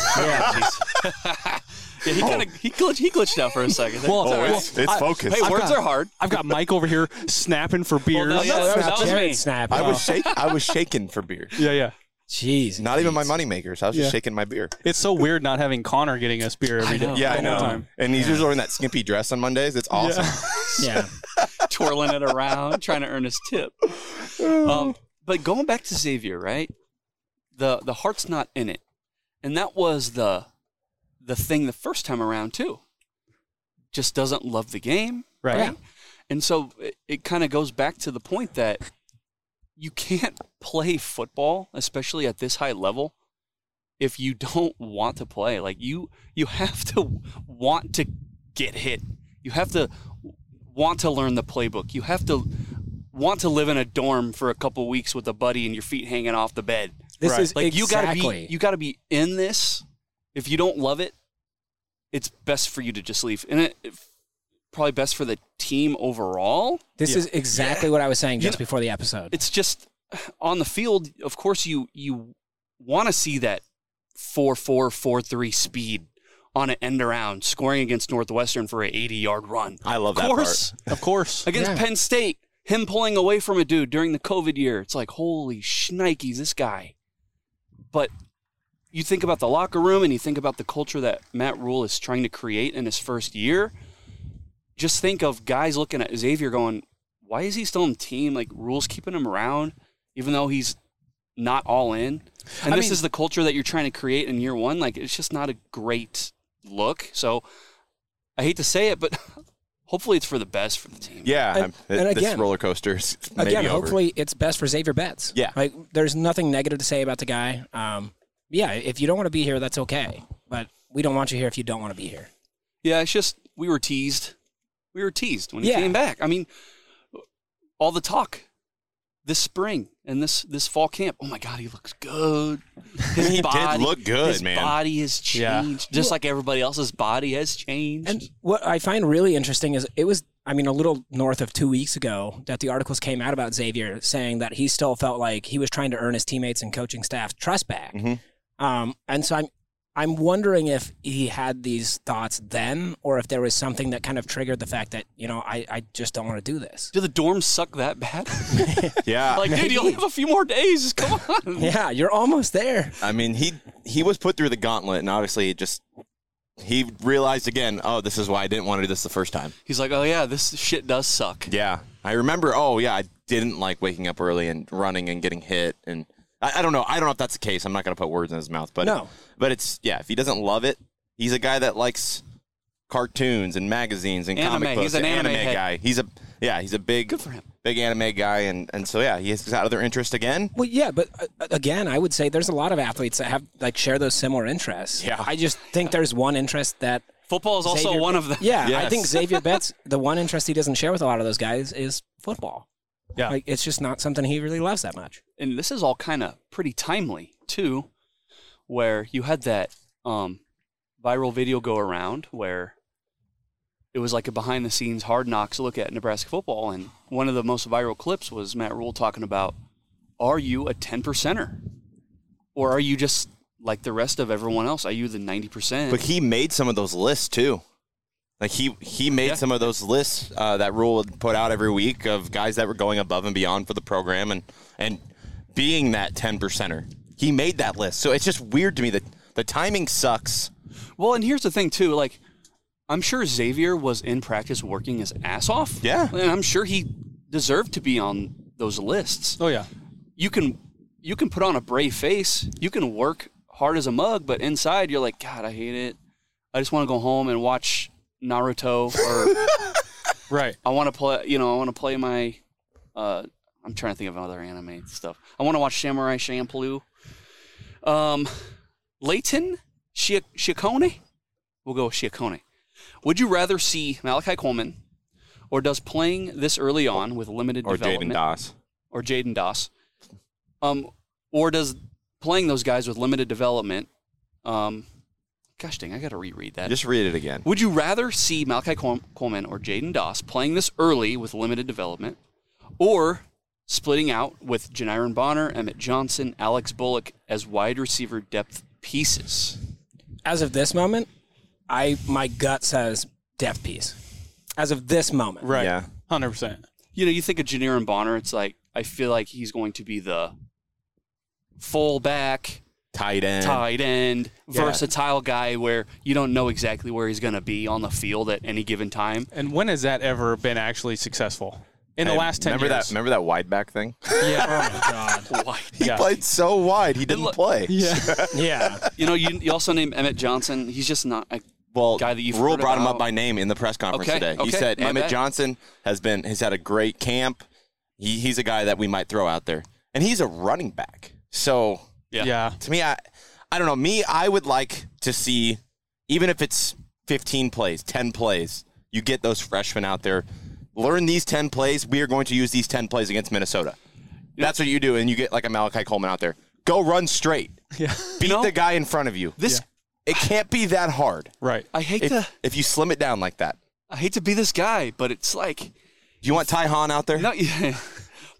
[SPEAKER 11] Yeah, he kind of he, glitched, he glitched out for a second.
[SPEAKER 10] Well,
[SPEAKER 11] It's all right.
[SPEAKER 10] it's- it's
[SPEAKER 11] I-
[SPEAKER 3] focused.
[SPEAKER 11] Hey,
[SPEAKER 10] I've
[SPEAKER 11] words
[SPEAKER 10] got-
[SPEAKER 11] are hard.
[SPEAKER 10] I've got Mike over here snapping for beers.
[SPEAKER 11] Well, no, yeah, that was- that was
[SPEAKER 9] Jared
[SPEAKER 11] me.
[SPEAKER 9] Snap.
[SPEAKER 3] I was shake. I was shaking for beer.
[SPEAKER 10] yeah, yeah.
[SPEAKER 9] Jeez.
[SPEAKER 3] Not even my moneymakers. I was
[SPEAKER 10] Yeah.
[SPEAKER 3] just shaking my beer.
[SPEAKER 10] It's so weird not having Connor getting us beer every
[SPEAKER 11] Oh,
[SPEAKER 10] day.
[SPEAKER 3] Yeah, I know.
[SPEAKER 10] time.
[SPEAKER 3] And he's usually wearing that skimpy dress on Mondays. It's awesome.
[SPEAKER 9] Yeah.
[SPEAKER 11] twirling it around, trying to earn his tip. Um, but going back to Xavier, right? The the heart's not in it, and that was the the thing the first time around too. Just doesn't love the game,
[SPEAKER 10] Right.
[SPEAKER 11] right? And so it, it kind of goes back to the point that you can't play football, especially at this high level, if you don't want to play. Like you, you have to want to get hit. You have to want to learn the playbook. You have to want to live in a dorm for a couple weeks with a buddy and your feet hanging off the bed.
[SPEAKER 9] This
[SPEAKER 10] Right.
[SPEAKER 9] is
[SPEAKER 11] Like
[SPEAKER 9] exactly.
[SPEAKER 11] you gotta be, you gotta be in this. If you don't love it, it's best for you to just leave, and it, it- probably best for the team overall.
[SPEAKER 9] this is exactly what I was saying
[SPEAKER 11] You
[SPEAKER 9] just before the episode.
[SPEAKER 11] It's just on the field. Of course, you you want to see that four four four three speed on an end around, scoring against Northwestern for an eighty yard run.
[SPEAKER 3] I love
[SPEAKER 11] Of
[SPEAKER 3] that part.
[SPEAKER 11] course,
[SPEAKER 10] Of course.
[SPEAKER 11] against
[SPEAKER 9] Yeah.
[SPEAKER 11] Penn State, him pulling away from a dude during the COVID year. It's like, holy shnikes, this guy. But you think about the locker room and you think about the culture that Matt Rule is trying to create in his first year. Just think of guys looking at Xavier going, why is he still on the team? Like, Rule's keeping him around, even though he's not all in. And
[SPEAKER 10] I
[SPEAKER 11] this
[SPEAKER 10] mean-
[SPEAKER 11] is the culture that you're trying to create in year one. Like, it's just not a great look. So I hate to say it, but hopefully it's for the best for the team.
[SPEAKER 3] Yeah,
[SPEAKER 9] And-
[SPEAKER 3] I'm-
[SPEAKER 9] and
[SPEAKER 3] th- this
[SPEAKER 9] again-
[SPEAKER 3] roller coaster is maybe
[SPEAKER 9] Again,
[SPEAKER 3] over.
[SPEAKER 9] hopefully it's best for Xavier Betts.
[SPEAKER 3] Yeah.
[SPEAKER 9] Like there's nothing negative to say about the guy. Um, yeah, if you don't want to be here, that's okay. But we don't want you here if you don't want to be here.
[SPEAKER 11] Yeah, it's just we were teased. We were teased when he
[SPEAKER 9] Yeah.
[SPEAKER 11] came back. I mean, all the talk this spring and this this fall camp. Oh my God, he looks good. His
[SPEAKER 3] He did look good,
[SPEAKER 11] his
[SPEAKER 3] man.
[SPEAKER 11] Body has
[SPEAKER 10] Yeah.
[SPEAKER 11] changed, just like everybody else's body has changed.
[SPEAKER 9] And what I find really interesting is it was, I mean, a little north of two weeks ago that the articles came out about Xavier saying that he still felt like he was trying to earn his teammates and coaching staff trust back.
[SPEAKER 3] Mhm.
[SPEAKER 9] Um, and so I'm, I'm wondering if he had these thoughts then, or if there was something that kind of triggered the fact that you know I, I just don't want to do this.
[SPEAKER 11] do the dorms suck that bad?
[SPEAKER 3] yeah,
[SPEAKER 11] like, dude, you only have a few more days. Come on.
[SPEAKER 9] Yeah, you're almost there.
[SPEAKER 3] I mean he he was put through the gauntlet, and obviously it just he realized again. Oh, this is why I didn't want to do this the first time.
[SPEAKER 11] He's like, oh yeah, this shit does suck.
[SPEAKER 3] Yeah, I remember. Oh, yeah, I didn't like waking up early and running and getting hit, and I, I don't know. I don't know if that's the case. I'm not gonna put words in his mouth, but
[SPEAKER 9] No.
[SPEAKER 3] but it's yeah. If he doesn't love it, he's a guy that likes cartoons and magazines and comic
[SPEAKER 11] Anime.
[SPEAKER 3] books.
[SPEAKER 11] He's an
[SPEAKER 3] and
[SPEAKER 11] anime head.
[SPEAKER 3] guy. He's a yeah. He's a big
[SPEAKER 11] Good for him.
[SPEAKER 3] big anime guy, and and so yeah, he has got other interest again.
[SPEAKER 9] Well, yeah, but uh, again, I would say there's a lot of athletes that have like share those similar interests.
[SPEAKER 3] Yeah.
[SPEAKER 9] I just think there's one interest that
[SPEAKER 11] Football is also
[SPEAKER 9] Xavier-
[SPEAKER 11] one of them.
[SPEAKER 9] Yeah, I think
[SPEAKER 3] Yes.
[SPEAKER 9] Xavier Betts, the one interest he doesn't share with a lot of those guys is football.
[SPEAKER 10] Yeah.
[SPEAKER 9] Like it's just not something he really loves that much.
[SPEAKER 11] and this is all kind of pretty timely too, where you had that um, viral video go around where it was like a behind the scenes hard knocks look at Nebraska football. And one of the most viral clips was Matt Rule talking about are you a 10 percenter? Or are you just like the rest of everyone else? Are you the 90%?
[SPEAKER 3] But he made some of those lists too. Like he he made
[SPEAKER 11] Yeah.
[SPEAKER 3] some of those lists uh, that Rule would put out every week of guys that were going above and beyond for the program and and being that ten percenter. He made that list, so it's just weird to me that the timing sucks.
[SPEAKER 11] Well, and here's the thing too. Like, I'm sure Xavier was in practice working his ass off.
[SPEAKER 3] Yeah.
[SPEAKER 11] and I'm sure he deserved to be on those lists.
[SPEAKER 10] Oh yeah.
[SPEAKER 11] You can you can put on a brave face. You can work hard as a mug, but inside you're like, God, I hate it. I just want to go home and watch Naruto, or
[SPEAKER 10] Right.
[SPEAKER 11] I want to play. You know, I want to play my. Uh, I'm trying to think of other anime stuff. I want to watch Samurai Champloo. Um, Leighton Shia- Shiakone? We'll go with Shiakone. Would you rather see Malachi Coleman or does playing this early on with limited
[SPEAKER 3] Or Jaden
[SPEAKER 11] development
[SPEAKER 3] Doss.
[SPEAKER 11] or Jaden Doss? Um, or does playing those guys with limited development? Um, gosh dang, I got to reread that.
[SPEAKER 3] Just read it again.
[SPEAKER 11] Would you rather see Malachi Col- Coleman or Jaden Doss playing this early with limited development, or splitting out with Janiron Bonner, Emmett Johnson, Alex Bullock as wide receiver depth pieces?
[SPEAKER 9] As of this moment, I my gut says depth piece. As of this moment,
[SPEAKER 10] Right.
[SPEAKER 3] Yeah.
[SPEAKER 10] Hundred percent.
[SPEAKER 11] You know, you think of Janiron Bonner, it's like I feel like he's going to be the fullback,
[SPEAKER 3] Tight end.
[SPEAKER 11] tight end, versatile guy where you don't know exactly where he's going to be on the field at any given time.
[SPEAKER 10] And when has that ever been actually successful? In the
[SPEAKER 3] Hey,
[SPEAKER 10] last ten
[SPEAKER 3] remember
[SPEAKER 10] years.
[SPEAKER 3] that remember that wide back thing?
[SPEAKER 11] Why?
[SPEAKER 3] He
[SPEAKER 10] Yeah.
[SPEAKER 3] played so wide he didn't
[SPEAKER 11] look-
[SPEAKER 3] play.
[SPEAKER 10] Yeah.
[SPEAKER 9] Yeah.
[SPEAKER 11] You know, you, you also name Emmett Johnson. He's just not a
[SPEAKER 3] Well,
[SPEAKER 11] guy that you've
[SPEAKER 3] Rule
[SPEAKER 11] heard
[SPEAKER 3] brought him
[SPEAKER 11] about.
[SPEAKER 3] up by name in the press conference
[SPEAKER 11] Okay,
[SPEAKER 3] today. He
[SPEAKER 11] okay,
[SPEAKER 3] said
[SPEAKER 11] my
[SPEAKER 3] Emmett
[SPEAKER 11] bad.
[SPEAKER 3] Johnson has been has had a great camp. He, he's a guy that we might throw out there, and he's a running back. So
[SPEAKER 11] Yeah.
[SPEAKER 10] yeah.
[SPEAKER 3] to me, I I don't know. Me, I would like to see even if it's 15 plays, 10 plays. You get those freshmen out there, learn these 10 plays. We are going to use these 10 plays against Minnesota. That's what you do, and you get like a Malachi Coleman out there. Go run straight. Yeah. Beat
[SPEAKER 11] know,
[SPEAKER 3] the guy in front of you.
[SPEAKER 11] This
[SPEAKER 3] It can't be that hard
[SPEAKER 10] Right.
[SPEAKER 11] I hate to
[SPEAKER 3] if, if you slim it down like that.
[SPEAKER 11] I hate to be this guy, but it's like
[SPEAKER 3] Do you want Ty Han out there?
[SPEAKER 11] no,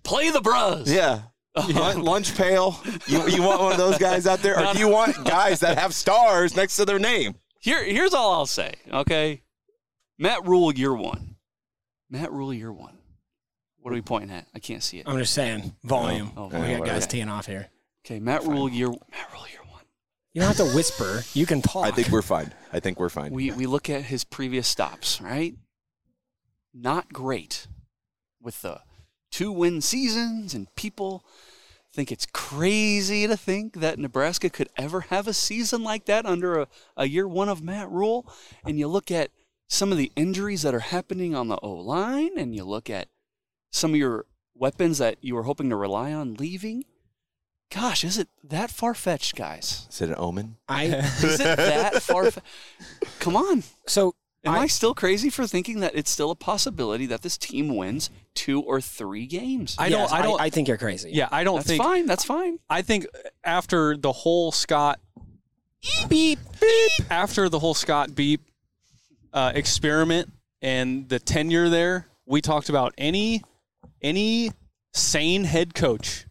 [SPEAKER 11] play the bros.
[SPEAKER 3] Yeah.
[SPEAKER 10] Oh.
[SPEAKER 3] Lun- Lunch pail. You, you want one of those guys out there, or do you want guys that have stars next to their name?
[SPEAKER 11] Here, here's all I'll say. Okay, Matt Rule, year one. Matt Rule, year one. What are we pointing at? I can't see it.
[SPEAKER 9] I'm just saying volume.
[SPEAKER 11] Oh,
[SPEAKER 9] we
[SPEAKER 11] volume.
[SPEAKER 9] got guys
[SPEAKER 11] Okay.
[SPEAKER 9] teeing off here.
[SPEAKER 11] Okay, Matt Rule, year Matt Rule, year one.
[SPEAKER 9] You don't have to whisper. You can talk.
[SPEAKER 3] I think we're fine. I think we're fine.
[SPEAKER 11] We we look at his previous stops, right? Not great, with the two win seasons and people think it's crazy to think that Nebraska could ever have a season like that under a, a year one of Matt Rule. And you look at some of the injuries that are happening on the O line, and you look at some of your weapons that you were hoping to rely on leaving. Gosh, is it that far fetched, guys?
[SPEAKER 3] Is it an omen?
[SPEAKER 9] I
[SPEAKER 11] Is it that far? Fe- Come on.
[SPEAKER 9] so
[SPEAKER 11] Am I,
[SPEAKER 9] I-
[SPEAKER 11] still crazy for thinking that it's still a possibility that this team wins two or three games?
[SPEAKER 10] I don't.
[SPEAKER 9] yes,
[SPEAKER 10] I don't.
[SPEAKER 9] I, think you're crazy.
[SPEAKER 10] yeah. I don't
[SPEAKER 11] that's
[SPEAKER 10] think.
[SPEAKER 11] fine. That's fine.
[SPEAKER 10] I think after the whole Scott
[SPEAKER 9] Beep beep.
[SPEAKER 10] after the whole Scott Beep uh, experiment and the tenure there, we talked about any any sane head coach,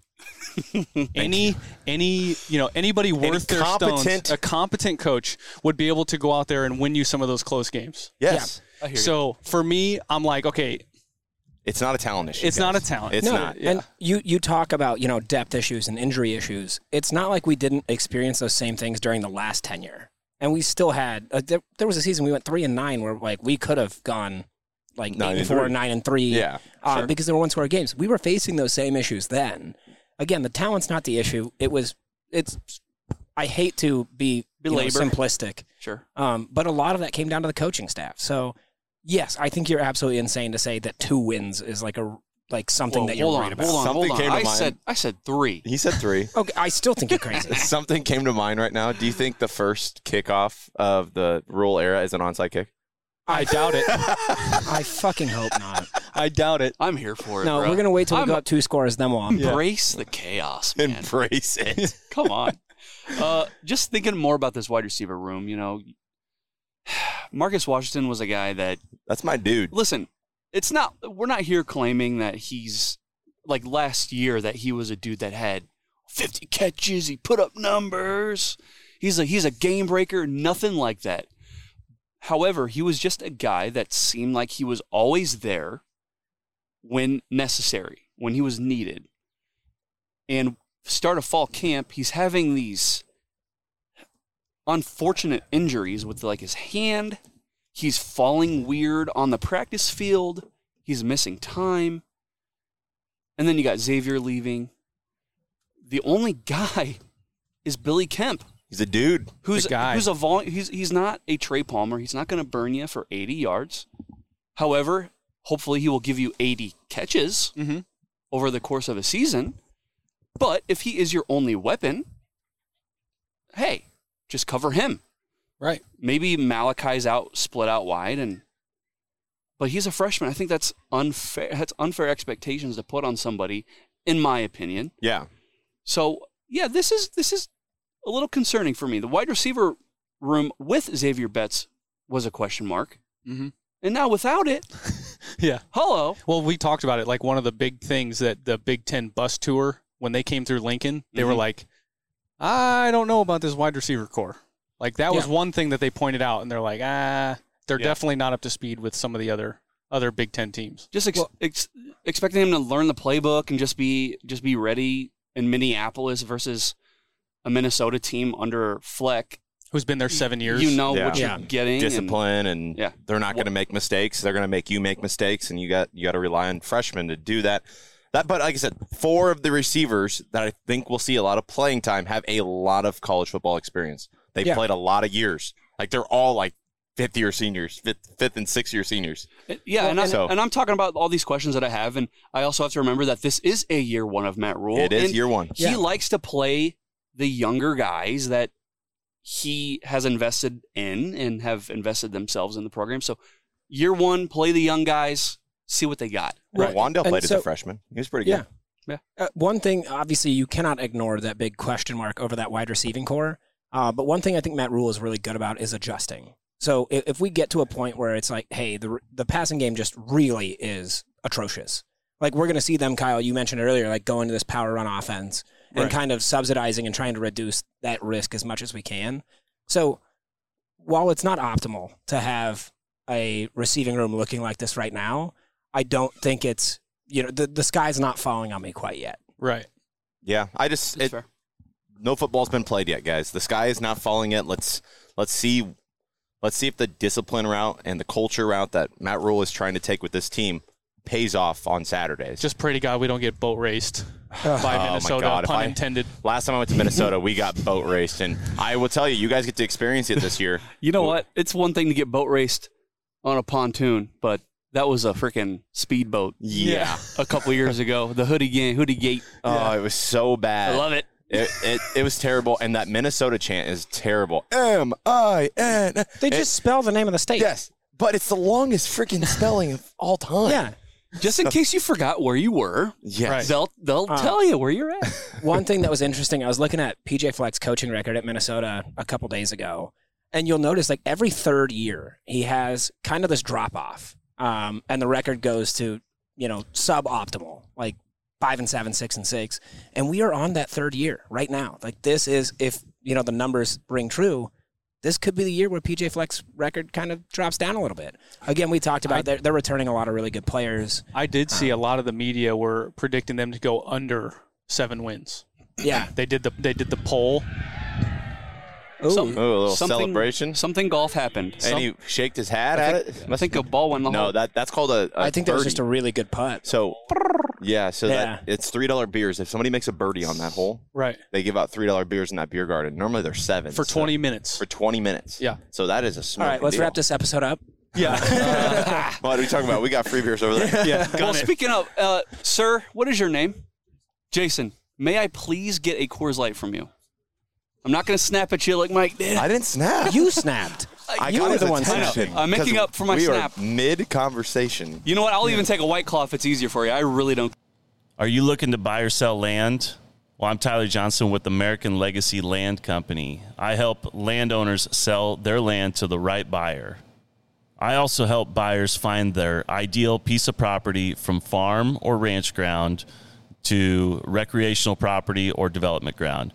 [SPEAKER 10] any any you know anybody worth their
[SPEAKER 3] competent-
[SPEAKER 10] stones, a competent coach would be able to go out there and win you some of those close games.
[SPEAKER 3] Yes.
[SPEAKER 10] So for me, I'm like, okay,
[SPEAKER 3] It's not a talent issue.
[SPEAKER 10] it's
[SPEAKER 3] guys.
[SPEAKER 10] not a talent.
[SPEAKER 3] It's not.
[SPEAKER 10] Yeah.
[SPEAKER 9] And you you talk about you know depth issues and injury issues. It's not like we didn't experience those same things during the last tenure, and we still had. Uh, there, there was a season we went three and nine where like we could have gone like
[SPEAKER 3] Nine
[SPEAKER 9] eight
[SPEAKER 3] and
[SPEAKER 9] and four,
[SPEAKER 3] three.
[SPEAKER 9] nine and three.
[SPEAKER 3] Yeah,
[SPEAKER 9] uh, because there were one score games. We were facing those same issues then. Again, the talent's not the issue. It was it's. I hate to be you know,
[SPEAKER 11] Belabor.
[SPEAKER 9] simplistic,
[SPEAKER 11] Sure.
[SPEAKER 9] um, but a lot of that came down to the coaching staff. So, yes, I think you're absolutely insane to say that two wins is like a like something
[SPEAKER 11] Whoa,
[SPEAKER 9] that you're
[SPEAKER 11] hold
[SPEAKER 9] worried
[SPEAKER 11] on,
[SPEAKER 9] about.
[SPEAKER 11] hold on,
[SPEAKER 3] Something
[SPEAKER 11] hold on.
[SPEAKER 3] came to
[SPEAKER 11] I
[SPEAKER 3] mind.
[SPEAKER 11] said I said three.
[SPEAKER 3] He said three.
[SPEAKER 9] Okay, I still think you're crazy.
[SPEAKER 3] Something came to mind right now. Do you think the first kickoff of the rule era is an onside kick?
[SPEAKER 10] I doubt it.
[SPEAKER 9] I fucking hope not.
[SPEAKER 10] I doubt it.
[SPEAKER 11] I'm here for it.
[SPEAKER 9] No,
[SPEAKER 11] bro.
[SPEAKER 9] we're gonna wait till we
[SPEAKER 11] I'm-
[SPEAKER 9] go up two scores, then we'll.
[SPEAKER 11] Embrace the chaos, man.
[SPEAKER 3] Embrace it.
[SPEAKER 11] Come on. Uh, just thinking more about this wide receiver room. You know, Marcus Washington was a guy that
[SPEAKER 3] That's my dude.
[SPEAKER 11] listen, it's not we're not here claiming that he's like last year that he was a dude that had 50 catches, he put up numbers. He's a he's a game breaker, nothing like that. However, he was just a guy that seemed like he was always there when necessary, when he was needed. And start of fall camp, he's having these unfortunate injuries with like his hand He's falling weird on the practice field. He's missing time. And then you got Xavier leaving. The only guy is Billy Kemp,
[SPEAKER 3] He's a dude.
[SPEAKER 11] who's
[SPEAKER 10] The guy.
[SPEAKER 11] who's a vol- he's he's not a Trey Palmer. He's not going to burn you for 80 yards. However, hopefully he will give you 80 catches
[SPEAKER 10] Mhm.
[SPEAKER 11] over the course of a season. But if he is your only weapon, hey, just cover him
[SPEAKER 10] Right.
[SPEAKER 11] maybe Malachi's out split out wide and but he's a freshman. I think that's unfair that's unfair expectations to put on somebody in my opinion.
[SPEAKER 3] Yeah.
[SPEAKER 11] So, yeah, this is this is a little concerning for me. The wide receiver room with Xavier Betts was a question mark.
[SPEAKER 10] Mhm.
[SPEAKER 11] And now without it,
[SPEAKER 10] Yeah.
[SPEAKER 11] hello.
[SPEAKER 10] Well, we talked about it. Like one of the big things that the Big Ten bus tour, when they came through Lincoln, they were
[SPEAKER 11] Mhm.
[SPEAKER 10] like, I don't know about this wide receiver core. Like that was one thing that they pointed out, and they're like, ah, they're
[SPEAKER 11] Yeah.
[SPEAKER 10] definitely not up to speed with some of the other other Big Ten teams.
[SPEAKER 11] Just ex- ex- expecting him to learn the playbook and just be just be ready in Minneapolis versus a Minnesota team under Fleck.
[SPEAKER 10] Who's been there seven years?
[SPEAKER 11] You know
[SPEAKER 3] Yeah.
[SPEAKER 11] Oh, what you're
[SPEAKER 9] Yeah.
[SPEAKER 11] getting. and-
[SPEAKER 3] Discipline and
[SPEAKER 11] Yeah.
[SPEAKER 3] they're not going to make mistakes. They're going to make you make mistakes, and you got you got to rely on freshmen to do that. That, but like I said, four of the receivers that I think will see a lot of playing time have a lot of college football experience. They
[SPEAKER 9] Yeah.
[SPEAKER 3] have played a lot of years. Like they're all like fifth year seniors, fifth, fifth and sixth year seniors.
[SPEAKER 11] uh, Yeah, and, I,
[SPEAKER 3] So-
[SPEAKER 11] and I'm talking about all these questions that I have, and I also have to remember that this is a year one of Matt Rule.
[SPEAKER 3] it is
[SPEAKER 11] and
[SPEAKER 3] year one.
[SPEAKER 11] He likes to play the younger guys that he has invested in and have invested themselves in the program. So, year one, play the young guys, see what they got.
[SPEAKER 9] Well,
[SPEAKER 3] Wandell
[SPEAKER 9] and
[SPEAKER 3] played as
[SPEAKER 9] so-
[SPEAKER 3] a freshman. He was pretty
[SPEAKER 9] Yeah.
[SPEAKER 3] good.
[SPEAKER 9] Uh, one thing, obviously, you cannot ignore that big question mark over that wide receiving core. Uh, but one thing I think Matt Rule is really good about is adjusting. So if, if we get to a point where it's like, hey, the the passing game just really is atrocious. Like we're going to see them, Kyle. You mentioned earlier, like going to this power run offense and
[SPEAKER 10] Right.
[SPEAKER 9] kind of subsidizing and trying to reduce that risk as much as we can. So while it's not optimal to have a receiving room looking like this right now, I don't think it's you know the the sky's not falling on me quite yet.
[SPEAKER 10] Right.
[SPEAKER 3] Yeah, I just
[SPEAKER 11] That's
[SPEAKER 3] it,
[SPEAKER 11] fair.
[SPEAKER 3] no football's been played yet, guys. The sky is not falling yet. Let's let's see let's see if the discipline route and the culture route that Matt Rule is trying to take with this team pays off on Saturdays.
[SPEAKER 10] Just pray to God we don't get boat raced by
[SPEAKER 3] Oh my
[SPEAKER 10] Minnesota.
[SPEAKER 3] God, if
[SPEAKER 10] pun
[SPEAKER 3] I-
[SPEAKER 10] intended.
[SPEAKER 3] Last time I went to Minnesota, we got boat raced, and I will tell you, you guys get to experience it this year.
[SPEAKER 11] You know what? It's one thing to get boat raced on a pontoon, but that was a freaking speedboat
[SPEAKER 3] Yeah,
[SPEAKER 11] a couple years ago. The hoodie gang, hoodie gate.
[SPEAKER 3] oh, it was so bad.
[SPEAKER 11] I love it.
[SPEAKER 3] It, it it was terrible, and that Minnesota chant is terrible. M I N.
[SPEAKER 9] They just spell the name of the state.
[SPEAKER 3] yes, but it's the longest freaking spelling of all time.
[SPEAKER 9] Yeah.
[SPEAKER 11] Just in case you forgot where you were,
[SPEAKER 3] Yes. Uh-huh.
[SPEAKER 10] Right.
[SPEAKER 11] they'll they'll
[SPEAKER 9] Uh,
[SPEAKER 11] tell you where you're at.
[SPEAKER 9] One thing that was interesting, I was looking at PJ Fleck's coaching record at Minnesota a couple days ago, and you'll notice like every third year he has kind of this drop off, um, and the record goes to you know suboptimal, like five and seven, six and six, and we are on that third year right now. Like this is if you know the numbers ring true. This could be the year where PJ Fleck's record kind of drops down a little bit. Again, we talked about they're, they're returning a lot of really good players.
[SPEAKER 10] I did see a lot of the media were predicting them to go under seven wins.
[SPEAKER 9] Yeah.
[SPEAKER 10] They did the they did the poll.
[SPEAKER 11] Some-
[SPEAKER 3] Ooh, a little
[SPEAKER 11] something-
[SPEAKER 3] celebration.
[SPEAKER 11] Something golf happened. Some-
[SPEAKER 3] and he shaked his hat
[SPEAKER 11] I
[SPEAKER 3] at
[SPEAKER 11] think,
[SPEAKER 3] it.
[SPEAKER 11] I think a ball went in the
[SPEAKER 3] no,
[SPEAKER 11] hole.
[SPEAKER 3] that that's called a. a
[SPEAKER 9] I think that was just a
[SPEAKER 3] birdie.
[SPEAKER 9] really good putt.
[SPEAKER 3] So yeah, so that it's three dollar beers. If somebody makes a birdie on that hole,
[SPEAKER 10] Right.
[SPEAKER 3] they give out three dollar beers in that beer garden. Normally they're seven
[SPEAKER 10] For
[SPEAKER 3] so-
[SPEAKER 10] twenty minutes.
[SPEAKER 3] for twenty minutes.
[SPEAKER 10] Yeah.
[SPEAKER 3] So that is a
[SPEAKER 9] All
[SPEAKER 3] smart.
[SPEAKER 9] right, let's wrap this episode up.
[SPEAKER 10] yeah.
[SPEAKER 3] What are we talking about? We got free beers over there.
[SPEAKER 10] yeah.
[SPEAKER 11] well, speaking of, uh, sir, what is your name? Jason. May I please get a Coors Light from you? I'm not going to snap at you like Mike did.
[SPEAKER 3] I didn't snap.
[SPEAKER 9] You snapped.
[SPEAKER 3] I
[SPEAKER 9] you
[SPEAKER 3] got
[SPEAKER 9] were
[SPEAKER 3] his
[SPEAKER 9] the one
[SPEAKER 3] attention
[SPEAKER 11] snapping. I'm making
[SPEAKER 3] 'cause
[SPEAKER 11] up for my
[SPEAKER 3] we
[SPEAKER 11] snap.
[SPEAKER 3] Are mid conversation.
[SPEAKER 11] you know what? I'll even take a White Claw if it's easier for you. I really don't.
[SPEAKER 12] Are you looking to buy or sell land? Well, I'm Tyler Johnson with American Legacy Land Company. I help landowners sell their land to the right buyer. I also help buyers find their ideal piece of property from farm or ranch ground to recreational property or development ground.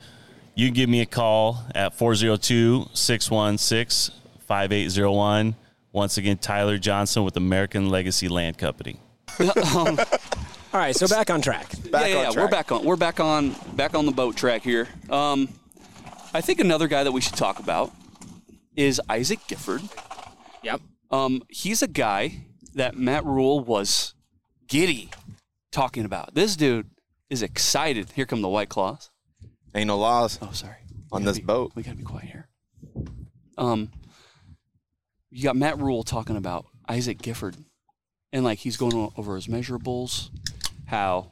[SPEAKER 12] You can give me a call at 402 616 5801. Once again, Tyler Johnson with American Legacy Land Company.
[SPEAKER 9] All right, so back on track.
[SPEAKER 12] Back
[SPEAKER 11] yeah,
[SPEAKER 12] on
[SPEAKER 11] yeah,
[SPEAKER 12] track.
[SPEAKER 11] we're back on we're back on back on the boat track here. Um, I think another guy that we should talk about is Isaac Gifford.
[SPEAKER 9] Yep.
[SPEAKER 11] Um, he's a guy that Matt Rule was giddy talking about. This dude is excited. Here come the white claws.
[SPEAKER 3] Ain't no laws.
[SPEAKER 11] Oh, sorry.
[SPEAKER 3] On this boat.
[SPEAKER 11] We gotta be quiet here. Um, you got Matt Rule talking about Isaac Gifford, and like he's going over his measurables, how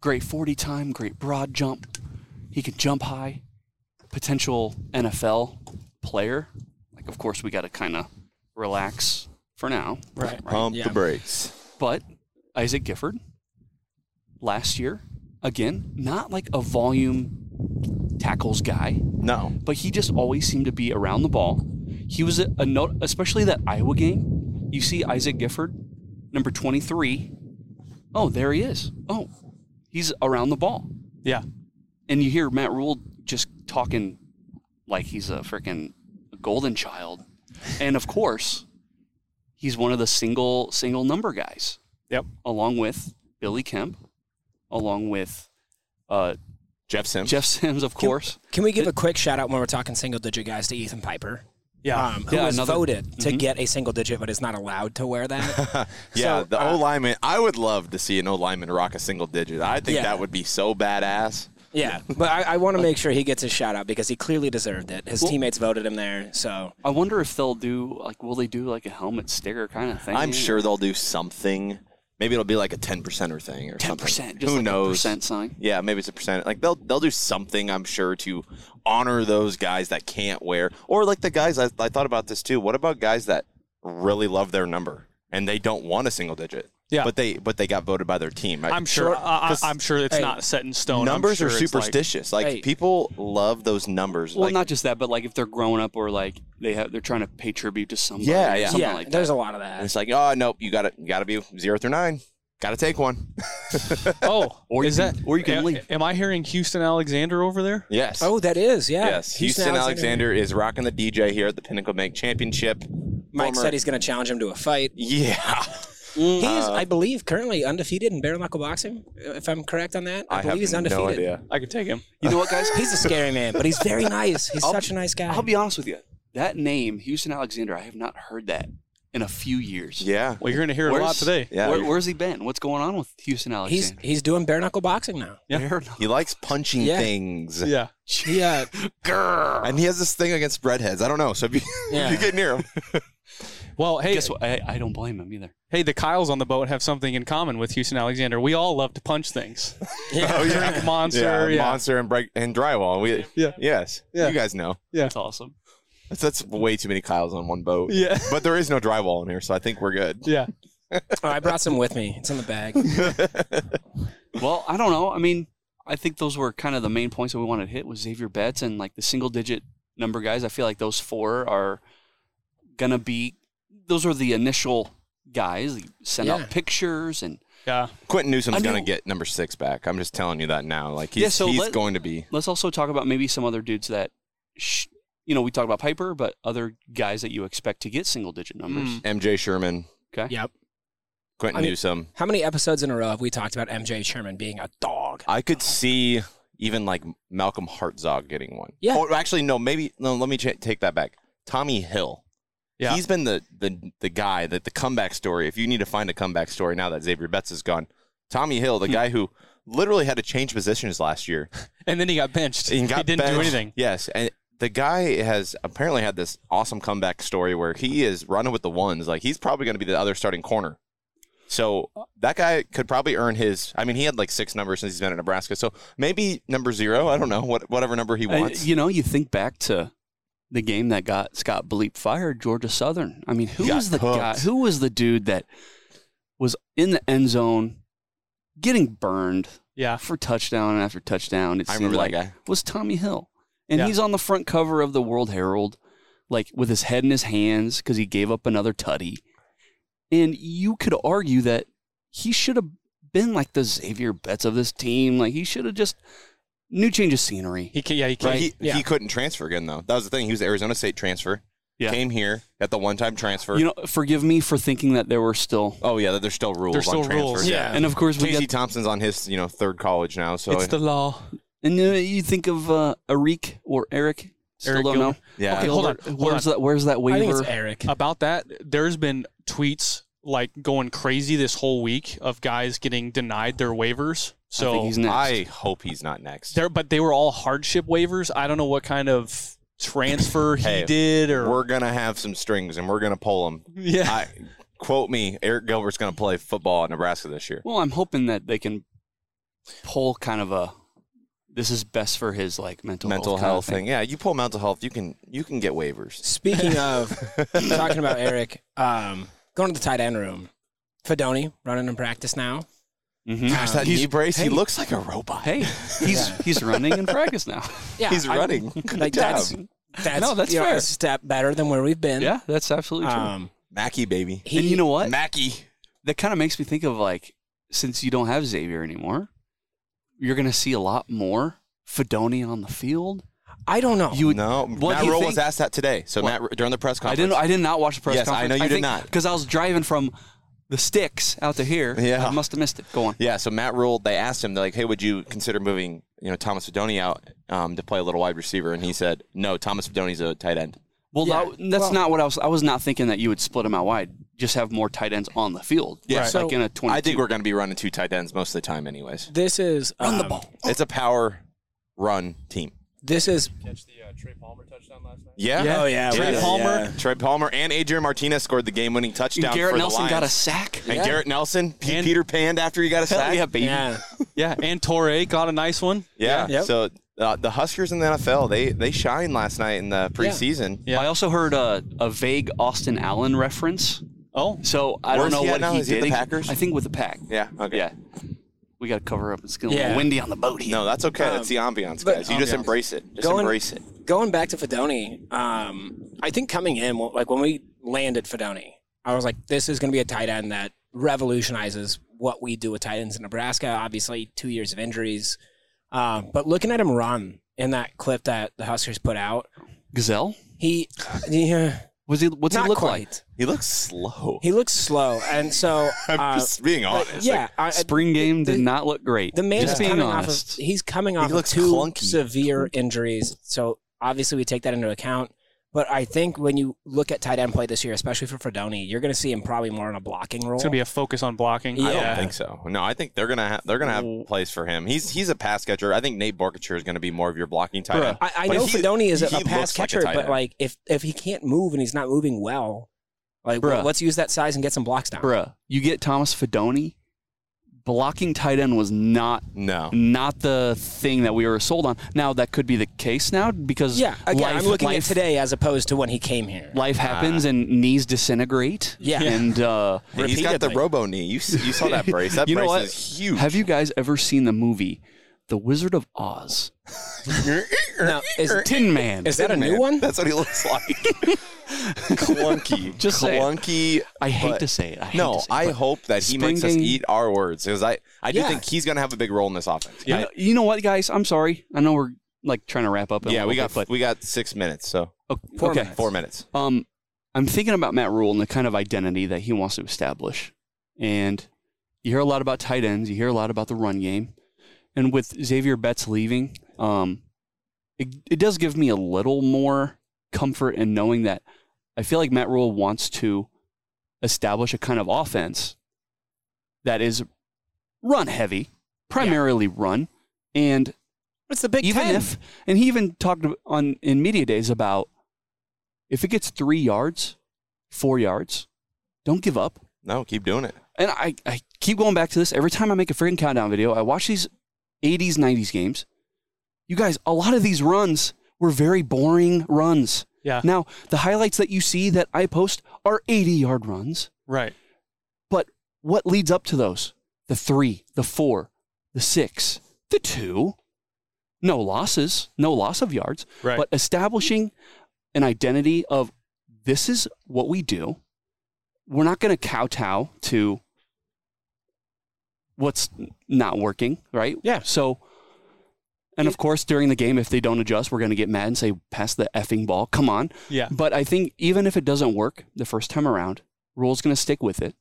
[SPEAKER 11] great 40 time, great broad jump, he can jump high, potential NFL player. Like, of course, we got to kind of relax for now.
[SPEAKER 9] Right.
[SPEAKER 3] Pump the brakes.
[SPEAKER 11] But Isaac Gifford, last year, again, not like a volume tackles guy.
[SPEAKER 3] No.
[SPEAKER 11] But he just always seemed to be around the ball. He was a, a note, especially that Iowa game. You see Isaac Gifford, number 23. Oh, there he is. Oh, he's around the ball.
[SPEAKER 10] Yeah.
[SPEAKER 11] And you hear Matt Rule just talking like he's a freaking golden child. And of course, he's one of the single single number guys.
[SPEAKER 10] Yep.
[SPEAKER 11] Along with Billy Kemp, along with uh,
[SPEAKER 3] Jeff Sims.
[SPEAKER 11] Jeff Sims, of course.
[SPEAKER 9] Can we give a quick shout out when we're talking single digit guys to Ethan Piper?
[SPEAKER 10] Yeah.
[SPEAKER 9] Um, who
[SPEAKER 3] Yeah,
[SPEAKER 9] was
[SPEAKER 3] another-
[SPEAKER 9] voted to
[SPEAKER 11] Mm-hmm.
[SPEAKER 3] Mhm.
[SPEAKER 9] get a single digit but is not allowed to wear that.
[SPEAKER 3] Yeah, the
[SPEAKER 10] uh,
[SPEAKER 3] O lineman. I would love to see an O lineman rock a single digit. I think
[SPEAKER 9] Yeah.
[SPEAKER 3] that would be so badass.
[SPEAKER 9] yeah. But I, I want to make sure he gets a shout out because he clearly deserved it. His
[SPEAKER 11] Well-
[SPEAKER 9] teammates voted him there. So
[SPEAKER 11] I wonder if they'll do like will they do like a helmet sticker kind of thing?
[SPEAKER 3] I'm sure they'll do something. Maybe it'll be like a ten percenter thing or ten
[SPEAKER 11] 10%, just
[SPEAKER 3] Who
[SPEAKER 11] like a
[SPEAKER 3] knows?
[SPEAKER 11] percent sign.
[SPEAKER 3] Yeah, maybe it's a percent. Like they'll they'll do something. I'm sure to honor those guys that can't wear or like the guys. I, I thought about this too. What about guys that really love their number and they don't want a single digit?
[SPEAKER 10] Yeah.
[SPEAKER 3] but they but they got voted by their team. I-
[SPEAKER 10] I'm sure. uh, I,
[SPEAKER 3] 'Cause
[SPEAKER 10] I, am sure it's
[SPEAKER 3] Hey.
[SPEAKER 10] not set in stone. I'm
[SPEAKER 3] Numbers are
[SPEAKER 10] sure it's like-
[SPEAKER 3] superstitious. Like, people love those numbers.
[SPEAKER 11] Well,
[SPEAKER 3] like,
[SPEAKER 11] not just that, but like if they're grown up or like they have they're trying to pay tribute to somebody.
[SPEAKER 3] Yeah,
[SPEAKER 11] or
[SPEAKER 3] yeah.
[SPEAKER 11] Something like that.
[SPEAKER 9] there's a lot of
[SPEAKER 3] And
[SPEAKER 9] that.
[SPEAKER 3] it's like, oh nope, you got to you got to be zero through nine. Got to take one.
[SPEAKER 10] oh,
[SPEAKER 11] or
[SPEAKER 10] is that?
[SPEAKER 11] or you can
[SPEAKER 10] am,
[SPEAKER 11] leave.
[SPEAKER 10] Am I hearing Houston Alexander over there?
[SPEAKER 3] Yes.
[SPEAKER 9] Oh, that is. Yeah.
[SPEAKER 3] yes. Houston, Alexander, is rocking the DJ here at the Pinnacle Bank Championship.
[SPEAKER 9] Mike
[SPEAKER 3] Former-
[SPEAKER 9] said he's going to challenge him to a fight.
[SPEAKER 3] Yeah.
[SPEAKER 9] He is,
[SPEAKER 3] Uh,
[SPEAKER 9] I believe, currently undefeated in bare knuckle boxing. If I'm correct on that, I,
[SPEAKER 3] I
[SPEAKER 9] believe
[SPEAKER 3] have
[SPEAKER 9] he's undefeated.
[SPEAKER 3] no idea.
[SPEAKER 10] I could take him.
[SPEAKER 11] You know what, guys?
[SPEAKER 9] He's a scary man, but he's very nice. He's
[SPEAKER 11] I'll-
[SPEAKER 9] such a nice guy.
[SPEAKER 11] I'll be honest with you. That name, Houston Alexander, I have not heard that in a few years.
[SPEAKER 3] Yeah.
[SPEAKER 10] Well, you're going to hear it a lot
[SPEAKER 11] Where's-
[SPEAKER 10] today.
[SPEAKER 3] Yeah.
[SPEAKER 11] Where, where's he been? What's going on with Houston
[SPEAKER 9] he's
[SPEAKER 11] Alexander?
[SPEAKER 9] he's doing bare knuckle boxing now.
[SPEAKER 11] Fair enough.
[SPEAKER 3] He likes punching
[SPEAKER 9] Yeah.
[SPEAKER 3] things.
[SPEAKER 10] Yeah.
[SPEAKER 9] He, uh,
[SPEAKER 3] And he has this thing against breadheads. I don't know. So if you,
[SPEAKER 9] Yeah.
[SPEAKER 3] if you get near him,
[SPEAKER 10] Well, hey,
[SPEAKER 11] Guess what? I, I don't blame him either.
[SPEAKER 10] hey, the Kyles on the boat have something in common with Houston Alexander. We all love to punch things.
[SPEAKER 9] yeah.
[SPEAKER 10] Drink monster. Yeah.
[SPEAKER 3] Oh, monster and, break, and drywall. We,
[SPEAKER 10] Yeah.
[SPEAKER 3] Yes.
[SPEAKER 10] Yeah.
[SPEAKER 3] You guys know.
[SPEAKER 11] That's awesome.
[SPEAKER 3] That's, that's way too many Kyles on one boat.
[SPEAKER 10] Yeah.
[SPEAKER 3] But there is no drywall in here, so I think we're good.
[SPEAKER 10] Yeah.
[SPEAKER 9] Oh, I brought some with me. It's in the bag.
[SPEAKER 11] Well, I don't know. I mean, I think those were kind of the main points that we wanted to hit was Xavier Betts and like the single digit number guys. I feel like those four are gonna be those are the initial guys. They send
[SPEAKER 9] Yeah.
[SPEAKER 11] out pictures and
[SPEAKER 10] Yeah.
[SPEAKER 3] Quentin Newsom's
[SPEAKER 11] I
[SPEAKER 3] going to
[SPEAKER 11] know-
[SPEAKER 3] get number six back. I'm just telling you that now. Like he's,
[SPEAKER 11] Yeah, so
[SPEAKER 3] he's
[SPEAKER 11] let-
[SPEAKER 3] going to be.
[SPEAKER 11] let's also talk about maybe some other dudes that sh- you know, we talked about Piper, but other guys that you expect to get single digit numbers.
[SPEAKER 10] Mm.
[SPEAKER 3] MJ Sherman,
[SPEAKER 11] Okay.
[SPEAKER 9] yep.
[SPEAKER 3] Quentin
[SPEAKER 9] I mean-
[SPEAKER 3] Newsom.
[SPEAKER 9] How many episodes in a row have we talked about MJ Sherman being a dog?
[SPEAKER 3] I could see even like Malcolm Hartzog getting one.
[SPEAKER 9] Yeah.
[SPEAKER 3] Or actually, no, maybe no. Let me cha- take that back. Tommy Hill.
[SPEAKER 10] Yeah.
[SPEAKER 3] He's been the the the guy that the comeback story. If you need to find a comeback story now that Xavier Betts is gone, Tommy Hill, the
[SPEAKER 9] Hmm.
[SPEAKER 3] guy who literally had to change positions last year.
[SPEAKER 10] And then he got benched.
[SPEAKER 3] and got
[SPEAKER 10] he didn't do
[SPEAKER 3] benched.
[SPEAKER 10] anything.
[SPEAKER 3] Yes, and the guy has apparently had this awesome comeback story where he is running with the ones. Like he's probably going to be the other starting corner. So that guy could probably earn his. I mean, he had like six numbers since he's been at Nebraska. So maybe number zero. I don't know what whatever number he
[SPEAKER 11] Uh,
[SPEAKER 3] wants.
[SPEAKER 11] you know, you think back to the game that got Scott Bleep fired, Georgia Southern. I mean, who
[SPEAKER 3] Got
[SPEAKER 11] was the guy?
[SPEAKER 3] cooked.
[SPEAKER 11] Who was the dude that was in the end zone getting burned?
[SPEAKER 10] Yeah.
[SPEAKER 11] For touchdown after touchdown. It
[SPEAKER 3] I
[SPEAKER 11] seemed
[SPEAKER 3] remember
[SPEAKER 11] like
[SPEAKER 3] that guy.
[SPEAKER 11] was Tommy Hill. And
[SPEAKER 10] Yeah.
[SPEAKER 11] he's on the front cover of the World Herald, like with his head in his hands because he gave up another tutty. And you could argue that he should have been like the Xavier Betts of this team. Like he should have just new change of scenery.
[SPEAKER 10] He yeah, he
[SPEAKER 11] can-
[SPEAKER 3] He,
[SPEAKER 11] yeah.
[SPEAKER 3] he couldn't transfer again though. That was the thing. He was the Arizona State transfer.
[SPEAKER 11] Yeah.
[SPEAKER 3] Came here at the one-time transfer.
[SPEAKER 11] You know, forgive me for thinking that there were still
[SPEAKER 3] oh yeah, that there's still rules.
[SPEAKER 11] There's
[SPEAKER 3] on
[SPEAKER 11] still
[SPEAKER 3] transfers.
[SPEAKER 11] rules. Yeah. And of course we
[SPEAKER 3] Casey
[SPEAKER 11] got-
[SPEAKER 3] Thompson's on his you know third college now. So
[SPEAKER 10] it's the law.
[SPEAKER 11] And uh, you think of uh, Eric or Eric? Still
[SPEAKER 10] Eric
[SPEAKER 11] don't
[SPEAKER 10] Gilbert.
[SPEAKER 11] know.
[SPEAKER 3] Yeah.
[SPEAKER 10] Okay, hold on.
[SPEAKER 11] Gilbert,
[SPEAKER 10] Hold
[SPEAKER 11] Where's
[SPEAKER 10] on.
[SPEAKER 11] that? Where's that waiver?
[SPEAKER 10] About that, there's been tweets like going crazy this whole week of guys getting denied their waivers. So
[SPEAKER 3] I, hope he's not next.
[SPEAKER 10] There, but they were all hardship waivers. I don't know what kind of transfer he
[SPEAKER 3] Hey,
[SPEAKER 10] did, or
[SPEAKER 3] we're gonna have some strings and we're gonna pull them.
[SPEAKER 10] Yeah.
[SPEAKER 3] I, quote me, Eric Gilbert's gonna play football at Nebraska this year.
[SPEAKER 11] Well, I'm hoping that they can pull kind of a this is best for his like mental
[SPEAKER 3] mental
[SPEAKER 11] health, kind of
[SPEAKER 3] health thing. Yeah, you pull mental health, you can you can get
[SPEAKER 9] Uh,
[SPEAKER 3] waivers.
[SPEAKER 9] Speaking of talking about Eric, um, going to the tight end room. Fedoni running in practice now.
[SPEAKER 11] Mhm.
[SPEAKER 3] Gosh, that
[SPEAKER 9] He's-
[SPEAKER 3] knee brace,
[SPEAKER 9] hey.
[SPEAKER 3] he looks like a robot.
[SPEAKER 11] Mm-hmm. Hey, he's he's running in practice now.
[SPEAKER 9] Yeah,
[SPEAKER 3] he's
[SPEAKER 9] I-
[SPEAKER 3] running. Good
[SPEAKER 9] Like that's
[SPEAKER 3] job.
[SPEAKER 9] that's,
[SPEAKER 11] No, that's
[SPEAKER 9] you know,
[SPEAKER 11] fair.
[SPEAKER 9] a step better than where we've been.
[SPEAKER 11] Yeah, that's absolutely true.
[SPEAKER 9] Um,
[SPEAKER 3] Mackey baby.
[SPEAKER 9] he,
[SPEAKER 11] and you know what?
[SPEAKER 3] Mackey.
[SPEAKER 11] That kind of makes me think of like since you don't have Xavier anymore, you're gonna see a lot more Fedoni on the field.
[SPEAKER 9] I don't know.
[SPEAKER 11] You would
[SPEAKER 3] No,
[SPEAKER 11] What do
[SPEAKER 3] Matt
[SPEAKER 11] you
[SPEAKER 3] Rule
[SPEAKER 11] think?
[SPEAKER 3] was asked that today. So
[SPEAKER 11] What?
[SPEAKER 3] Matt Matt during the press
[SPEAKER 11] I
[SPEAKER 3] conference.
[SPEAKER 11] didn't. I did not watch the press
[SPEAKER 3] Yes, I
[SPEAKER 11] conference.
[SPEAKER 3] know you did not.
[SPEAKER 11] because I was driving from the sticks out to here.
[SPEAKER 3] Yeah.
[SPEAKER 11] I must have missed it. Go on.
[SPEAKER 3] Yeah, so Matt Rule, they asked him, they're like, hey, would you consider moving, you know, Thomas Fedoni out um, to play a little wide receiver? And he said, no, Thomas Fedoni's a tight end.
[SPEAKER 11] Well,
[SPEAKER 9] Yeah.
[SPEAKER 11] that- that's
[SPEAKER 9] Well-
[SPEAKER 11] not what I was. I was not thinking that you would split them out wide. Just have more tight ends on the field.
[SPEAKER 3] Yeah.
[SPEAKER 11] like
[SPEAKER 9] So-
[SPEAKER 11] in a twenty.
[SPEAKER 3] I think we're going to be running two tight ends most of the time anyways.
[SPEAKER 9] this is um,
[SPEAKER 11] the ball.
[SPEAKER 3] It's a power run team.
[SPEAKER 9] This is
[SPEAKER 3] Yeah.
[SPEAKER 9] Yeah. Oh, yeah,
[SPEAKER 3] Trey
[SPEAKER 9] we did,
[SPEAKER 3] Palmer.
[SPEAKER 9] yeah.
[SPEAKER 3] Trey Palmer and Adrian Martinez scored the game winning touchdown.
[SPEAKER 11] And Garrett
[SPEAKER 3] for
[SPEAKER 11] Nelson
[SPEAKER 3] the
[SPEAKER 11] got a
[SPEAKER 3] Lions.
[SPEAKER 11] sack.
[SPEAKER 3] And Garrett Nelson, P-
[SPEAKER 10] And-
[SPEAKER 3] Peter panned after he got a sack.
[SPEAKER 11] yeah, baby.
[SPEAKER 9] yeah.
[SPEAKER 10] yeah. And Torre got a nice one.
[SPEAKER 3] Yeah.
[SPEAKER 9] Yeah. Yep.
[SPEAKER 3] So uh, the Huskers in the NFL, they they shined last night in the preseason.
[SPEAKER 10] Yeah.
[SPEAKER 11] I also heard a, a vague Austin Allen reference.
[SPEAKER 10] Oh,
[SPEAKER 11] So I
[SPEAKER 3] Where's
[SPEAKER 11] don't know
[SPEAKER 3] he at
[SPEAKER 11] what
[SPEAKER 3] now?
[SPEAKER 11] he
[SPEAKER 3] Is he
[SPEAKER 11] did.
[SPEAKER 3] at the Packers?
[SPEAKER 11] I think with the pack.
[SPEAKER 3] Yeah. Okay.
[SPEAKER 11] Yeah. We got to cover up. It's getting a
[SPEAKER 9] Yeah.
[SPEAKER 11] little windy on the boat here.
[SPEAKER 3] No, that's okay. that's the ambiance,
[SPEAKER 9] Um, but-
[SPEAKER 3] guys. You just embrace it. Just
[SPEAKER 9] Going-
[SPEAKER 3] embrace it.
[SPEAKER 9] going back to Fedoni, um, I think coming in, well, like when we landed Fedoni, I was like, this is going to be a tight end that revolutionizes what we do with tight ends in Nebraska. Obviously, two years of injuries. Um, but looking at him run in that clip that the Huskers put out,
[SPEAKER 11] Gazelle.
[SPEAKER 9] he, yeah,
[SPEAKER 11] Was he? What's
[SPEAKER 9] not
[SPEAKER 11] he look
[SPEAKER 9] quite.
[SPEAKER 11] like?
[SPEAKER 3] He looks slow.
[SPEAKER 9] He looks slow. And so, uh,
[SPEAKER 3] just being honest.
[SPEAKER 9] yeah, I-
[SPEAKER 11] Spring game
[SPEAKER 9] the-
[SPEAKER 11] did not look great.
[SPEAKER 9] The man
[SPEAKER 11] Just
[SPEAKER 9] is
[SPEAKER 11] being
[SPEAKER 9] coming
[SPEAKER 11] honest.
[SPEAKER 9] off of he's coming off
[SPEAKER 3] looks
[SPEAKER 9] of two
[SPEAKER 3] clunky.
[SPEAKER 9] severe injuries. So obviously we take that into account. But I think when you look at tight end play this year, especially for Fredoni, you're going to see him probably more in a blocking role.
[SPEAKER 10] it's gonna be a focus on blocking.
[SPEAKER 9] Yeah.
[SPEAKER 3] I don't think so. No, I think they're gonna have they're gonna have place for him. He's he's a pass catcher. I think Nate Borkature is gonna be more of your blocking tight end.
[SPEAKER 9] I, I
[SPEAKER 3] But
[SPEAKER 9] know
[SPEAKER 3] he-
[SPEAKER 9] Fredoni is a,
[SPEAKER 3] he
[SPEAKER 9] a
[SPEAKER 3] looks
[SPEAKER 9] pass
[SPEAKER 3] like a
[SPEAKER 9] catcher,
[SPEAKER 3] tight
[SPEAKER 9] but
[SPEAKER 3] end.
[SPEAKER 9] like if if he can't move and he's not moving well, like
[SPEAKER 11] Bruh.
[SPEAKER 9] well, let's use that size and get some blocks down.
[SPEAKER 11] Bruh, you get Thomas Fedoni. Blocking tight end was not
[SPEAKER 3] No.
[SPEAKER 11] not the thing that we were sold on. Now that could be the case now because
[SPEAKER 9] Yeah, again,
[SPEAKER 11] life,
[SPEAKER 9] I'm looking at
[SPEAKER 11] life,
[SPEAKER 9] today as opposed to when he came here.
[SPEAKER 11] Life happens and knees disintegrate.
[SPEAKER 9] Yeah.
[SPEAKER 11] and uh,
[SPEAKER 3] Hey, He's got the robo knee. You s- you saw that brace. That
[SPEAKER 11] You know
[SPEAKER 3] brace
[SPEAKER 11] what?
[SPEAKER 3] is huge.
[SPEAKER 11] have you guys ever seen the movie The Wizard of Oz?
[SPEAKER 9] now, is,
[SPEAKER 11] Tin Man.
[SPEAKER 9] is that a new
[SPEAKER 3] Man,
[SPEAKER 9] one?
[SPEAKER 3] That's what he looks like. clunky.
[SPEAKER 11] Just say it.
[SPEAKER 3] clunky.
[SPEAKER 11] I hate
[SPEAKER 3] but-
[SPEAKER 11] to say it. I hate
[SPEAKER 3] No,
[SPEAKER 11] to say it,
[SPEAKER 3] I
[SPEAKER 11] but
[SPEAKER 3] hope that he makes us
[SPEAKER 11] springing-
[SPEAKER 3] eat our words because I, I do
[SPEAKER 9] Yeah.
[SPEAKER 3] think he's gonna have a big role in this offense.
[SPEAKER 11] You, know, you know what, guys? I'm sorry. I know we're like trying to wrap up. in a
[SPEAKER 3] Yeah, we
[SPEAKER 11] little
[SPEAKER 3] got
[SPEAKER 11] bit,
[SPEAKER 3] we got six minutes, so
[SPEAKER 11] but okay.
[SPEAKER 9] Four
[SPEAKER 11] okay.
[SPEAKER 9] minutes.
[SPEAKER 3] four minutes.
[SPEAKER 11] Um, I'm thinking about Matt Rule and the kind of identity that he wants to establish. And you hear a lot about tight ends. You hear a lot about the run game. And with Xavier Betts leaving, um, it, it does give me a little more comfort in knowing that I feel like Matt Rule wants to establish a kind of offense that is run heavy, primarily run, and
[SPEAKER 9] It's the Big
[SPEAKER 11] even
[SPEAKER 9] Ten.
[SPEAKER 11] if and he even talked on in media days about if it gets three yards four yards don't give up
[SPEAKER 3] No, keep doing it.
[SPEAKER 11] and i, I keep going back to this every time i make a freaking countdown video i watch these 80s 90s games you guys a lot of these runs were very boring runs
[SPEAKER 10] Yeah.
[SPEAKER 11] now the highlights that you see that i post are 80 yard runs
[SPEAKER 10] Right.
[SPEAKER 11] but what leads up to those? The three, the four, the six, the two. No losses, no loss of yards,
[SPEAKER 10] Right.
[SPEAKER 11] but establishing an identity of this is what we do. We're not going to kowtow to what's not working, right? Yeah. So, and of course, during the game, if they don't adjust, we're going to get mad and say, pass the effing ball. Come on.
[SPEAKER 10] Yeah.
[SPEAKER 11] But I think even if it doesn't work the first time around, Rule's going to stick with it.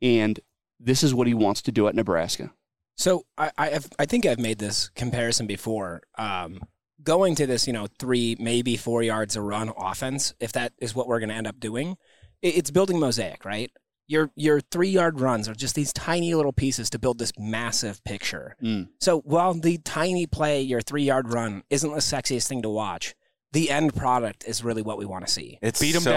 [SPEAKER 11] And this is what he wants to do at Nebraska.
[SPEAKER 9] So I I, have, I think I've made this comparison before. Um, going to this, you know, three maybe four yards a run offense, if that is what we're going to end up doing, it, it's building mosaic, right? Your your three yard runs are just these tiny little pieces to build this massive picture. So while the tiny play, your three yard run, isn't the sexiest thing to watch, the end product is really what we want to see.
[SPEAKER 3] It's
[SPEAKER 9] Beat 'em
[SPEAKER 3] so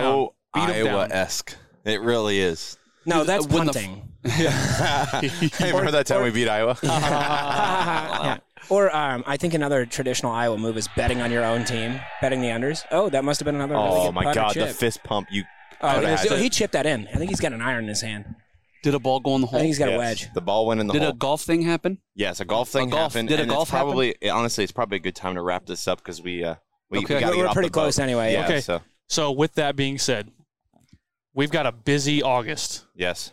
[SPEAKER 9] down. Beat 'em down.
[SPEAKER 3] Iowa esque. It really is.
[SPEAKER 9] No, that's
[SPEAKER 3] When the-
[SPEAKER 9] punting.
[SPEAKER 3] I remember that time we beat Iowa. Oh
[SPEAKER 9] Yeah. Or um, I think another traditional Iowa move is betting on your own team, betting the unders. Oh, that must have been another. really
[SPEAKER 3] oh
[SPEAKER 9] good
[SPEAKER 3] my
[SPEAKER 9] putter
[SPEAKER 3] god, the
[SPEAKER 9] chip.
[SPEAKER 3] fist pump! You.
[SPEAKER 9] Oh,
[SPEAKER 3] coulda
[SPEAKER 9] he-
[SPEAKER 3] had.
[SPEAKER 9] he chipped that in. I think he's got an iron in his hand.
[SPEAKER 11] Did a ball go in the hole?
[SPEAKER 9] I think he's got
[SPEAKER 3] Yes.
[SPEAKER 9] a wedge.
[SPEAKER 3] The ball went in the
[SPEAKER 11] Did
[SPEAKER 3] hole.
[SPEAKER 11] a golf thing happen?
[SPEAKER 3] yes, a golf thing
[SPEAKER 11] golf-
[SPEAKER 3] happened.
[SPEAKER 11] did a
[SPEAKER 3] and it's
[SPEAKER 11] golf happen?
[SPEAKER 3] probably honestly, it's probably a good time to wrap this up because we uh we,
[SPEAKER 10] Okay.
[SPEAKER 3] we gotta
[SPEAKER 10] We're-
[SPEAKER 3] get
[SPEAKER 10] we're
[SPEAKER 3] off
[SPEAKER 10] pretty
[SPEAKER 3] the boat.
[SPEAKER 10] close anyway, yeah.
[SPEAKER 3] Yeah,
[SPEAKER 10] Okay.
[SPEAKER 3] So
[SPEAKER 10] So with that being said, we've got a busy August.
[SPEAKER 3] yes,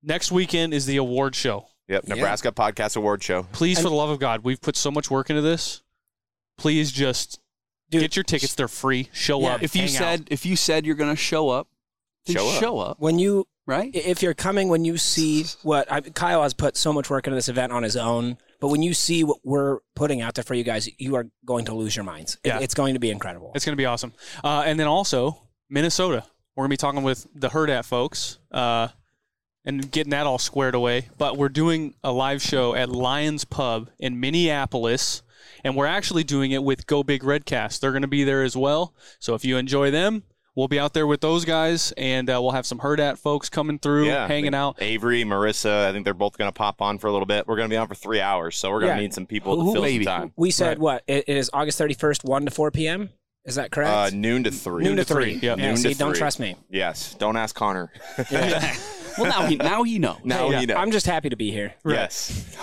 [SPEAKER 10] Next weekend is the award show.
[SPEAKER 3] yep.
[SPEAKER 10] Yeah.
[SPEAKER 3] Nebraska Podcast Award Show.
[SPEAKER 10] Please, for the love of God, we've put so much work into this. Please just get your tickets. They're free. Show up.
[SPEAKER 11] If you
[SPEAKER 10] hang out.
[SPEAKER 11] said if you said you're going to show up, then show up.
[SPEAKER 9] When you
[SPEAKER 11] right,
[SPEAKER 9] if you're coming, when you see what I, Kyle has put so much work into this event on his own, but when you see what we're putting out there for you guys, you are going to lose your minds. It-
[SPEAKER 10] Yeah.
[SPEAKER 9] it's going to be incredible.
[SPEAKER 10] It's going to be awesome. Uh, and then also Minnesota. We're going to be talking with the Herd at folks uh, and getting that all squared away. But we're doing a live show at Lions Pub in Minneapolis. And we're actually doing it with Go Big Redcast. They're going to be there as well. So if you enjoy them, we'll be out there with those guys and uh, we'll have some Herd at folks coming through,
[SPEAKER 3] Yeah, I
[SPEAKER 10] hanging
[SPEAKER 3] think
[SPEAKER 10] out.
[SPEAKER 3] Avery, Marissa, I think they're both going to pop on for a little bit. We're going to be on for three hours, so we're going to
[SPEAKER 9] Yeah.
[SPEAKER 3] need some people
[SPEAKER 9] Who-
[SPEAKER 3] to fill
[SPEAKER 9] maybe.
[SPEAKER 3] some time.
[SPEAKER 9] We said what? It, it is August 31st, 1 to 4 p.m. Is that correct?
[SPEAKER 3] Uh, noon to three.
[SPEAKER 9] Noon to three.
[SPEAKER 3] Yeah.
[SPEAKER 9] Yeah,
[SPEAKER 3] Noon
[SPEAKER 9] see,
[SPEAKER 3] to
[SPEAKER 9] don't
[SPEAKER 3] three.
[SPEAKER 9] trust me.
[SPEAKER 3] Yes. Don't ask Connor.
[SPEAKER 11] Well, now he now he knows.
[SPEAKER 3] Now
[SPEAKER 11] he
[SPEAKER 3] you know.
[SPEAKER 9] I'm just happy to be here.
[SPEAKER 3] Yes.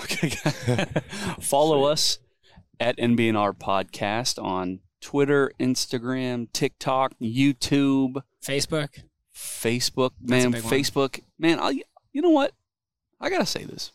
[SPEAKER 11] Follow us at NBNR Podcast on Twitter, Instagram, TikTok, YouTube,
[SPEAKER 9] Facebook.
[SPEAKER 11] Facebook,
[SPEAKER 9] That's a
[SPEAKER 11] man,
[SPEAKER 9] big one.
[SPEAKER 11] Facebook, man. I, you know what? I gotta say this: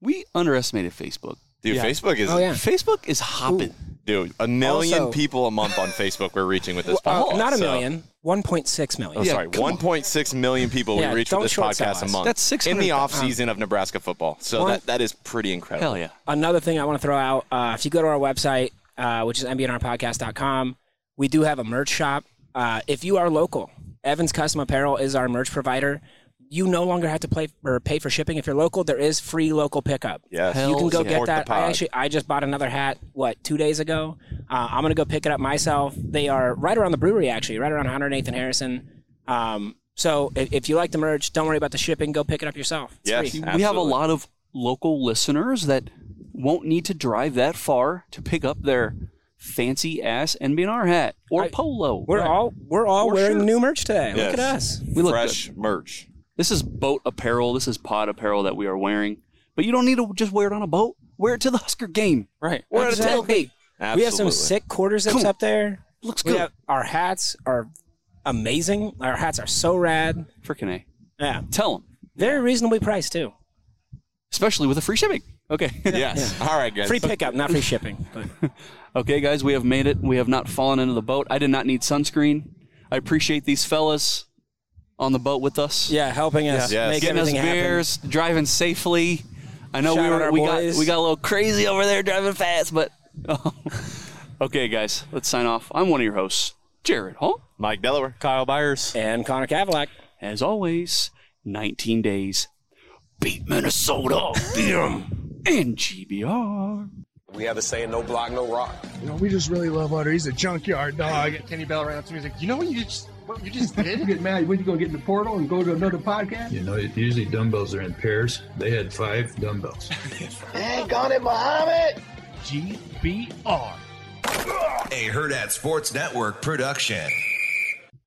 [SPEAKER 11] we underestimated Facebook.
[SPEAKER 3] Dude, Facebook is
[SPEAKER 9] Oh, yeah.
[SPEAKER 11] Facebook is hopping.
[SPEAKER 3] dude a million
[SPEAKER 9] Also-
[SPEAKER 3] people a month on Facebook we're reaching with this
[SPEAKER 9] Well,
[SPEAKER 3] podcast.
[SPEAKER 9] uh, not a
[SPEAKER 3] so-
[SPEAKER 9] million, 1.6 million.
[SPEAKER 3] Oh, sorry, 1.6 million people
[SPEAKER 9] Yeah,
[SPEAKER 3] we reach
[SPEAKER 9] don't
[SPEAKER 3] with this
[SPEAKER 9] short sell
[SPEAKER 3] podcast a
[SPEAKER 9] us.
[SPEAKER 3] month.
[SPEAKER 9] That's
[SPEAKER 3] in
[SPEAKER 9] 600
[SPEAKER 3] the off season of Nebraska football. So
[SPEAKER 9] One-
[SPEAKER 3] that, that is pretty incredible.
[SPEAKER 11] yeah.
[SPEAKER 9] Another thing I want to throw out uh, if you go to our website, uh, which is mbnrpodcast.com, we do have a merch shop. Uh, if you are local, Evans Custom Apparel is our merch provider. You no longer have to play or pay for shipping. If you're local, there is free local pickup.
[SPEAKER 3] Yes.
[SPEAKER 9] you can
[SPEAKER 3] Hell
[SPEAKER 9] go
[SPEAKER 3] yeah.
[SPEAKER 9] get
[SPEAKER 3] Support the
[SPEAKER 9] that. I
[SPEAKER 3] pod.
[SPEAKER 9] actually I just bought another hat. What two days ago? Uh, I'm gonna go pick it up myself. They are right around the brewery, actually, right around 108th and Harrison. Um, so if, if you like the merch, don't worry about the shipping. Go pick it up yourself. It's free.
[SPEAKER 11] we have a lot of local listeners that won't need to drive that far to pick up their fancy ass NBNR hat or polo.
[SPEAKER 9] We're all we're all
[SPEAKER 11] Or
[SPEAKER 9] wearing
[SPEAKER 11] shirt.
[SPEAKER 9] new merch today. Look at
[SPEAKER 3] Yes.
[SPEAKER 9] us.
[SPEAKER 11] We look
[SPEAKER 3] Fresh merch.
[SPEAKER 11] This is boat apparel. This is pod apparel that we are wearing. But you don't need to just wear it on a boat. Wear it to the Husker game.
[SPEAKER 10] Right.
[SPEAKER 11] Wear it at a
[SPEAKER 9] Exactly.
[SPEAKER 11] tailgate.
[SPEAKER 9] We have some sick quarter zips
[SPEAKER 11] Cool.
[SPEAKER 9] up there.
[SPEAKER 11] Looks
[SPEAKER 9] We
[SPEAKER 11] good.
[SPEAKER 9] have- our hats are amazing. Our hats are so rad.
[SPEAKER 11] Freaking A.
[SPEAKER 9] Yeah,
[SPEAKER 11] Tell them.
[SPEAKER 9] very reasonably priced too.
[SPEAKER 11] Especially with the free shipping. Okay.
[SPEAKER 3] Yes. All right, guys.
[SPEAKER 9] Free pickup, not free shipping. But
[SPEAKER 11] Okay, guys, we have made it. We have not fallen into the boat. I did not need sunscreen. I appreciate these fellas on the boat with us.
[SPEAKER 9] yeah, helping us
[SPEAKER 3] Yes.
[SPEAKER 9] make
[SPEAKER 11] getting us
[SPEAKER 9] everything happen.
[SPEAKER 11] beers, driving safely. I know
[SPEAKER 9] Shout
[SPEAKER 11] we
[SPEAKER 9] out
[SPEAKER 11] were
[SPEAKER 9] our
[SPEAKER 11] we
[SPEAKER 9] boys.
[SPEAKER 11] got we got a little crazy over there driving fast, but okay, guys, let's sign off. I'm one of your hosts, Jared Hall.
[SPEAKER 3] Mike Delaware.
[SPEAKER 10] Kyle Byers.
[SPEAKER 9] And Connor Kavalak.
[SPEAKER 11] As always, 19 days. Beat Minnesota. Beat 'em. And GBR.
[SPEAKER 8] We have a saying, no block, no rock.
[SPEAKER 4] You know, we just really love Otter. He's a junkyard dog.
[SPEAKER 5] Kenny Bell ran up to me. He's like, "You know what you just what you just did?
[SPEAKER 6] You get mad when you go get in the portal and go to another podcast?
[SPEAKER 7] You know, usually dumbbells are in pairs. They had five dumbbells.
[SPEAKER 8] Dang on it, Muhammad!
[SPEAKER 2] GBR.
[SPEAKER 8] A Herd at Sports Network production.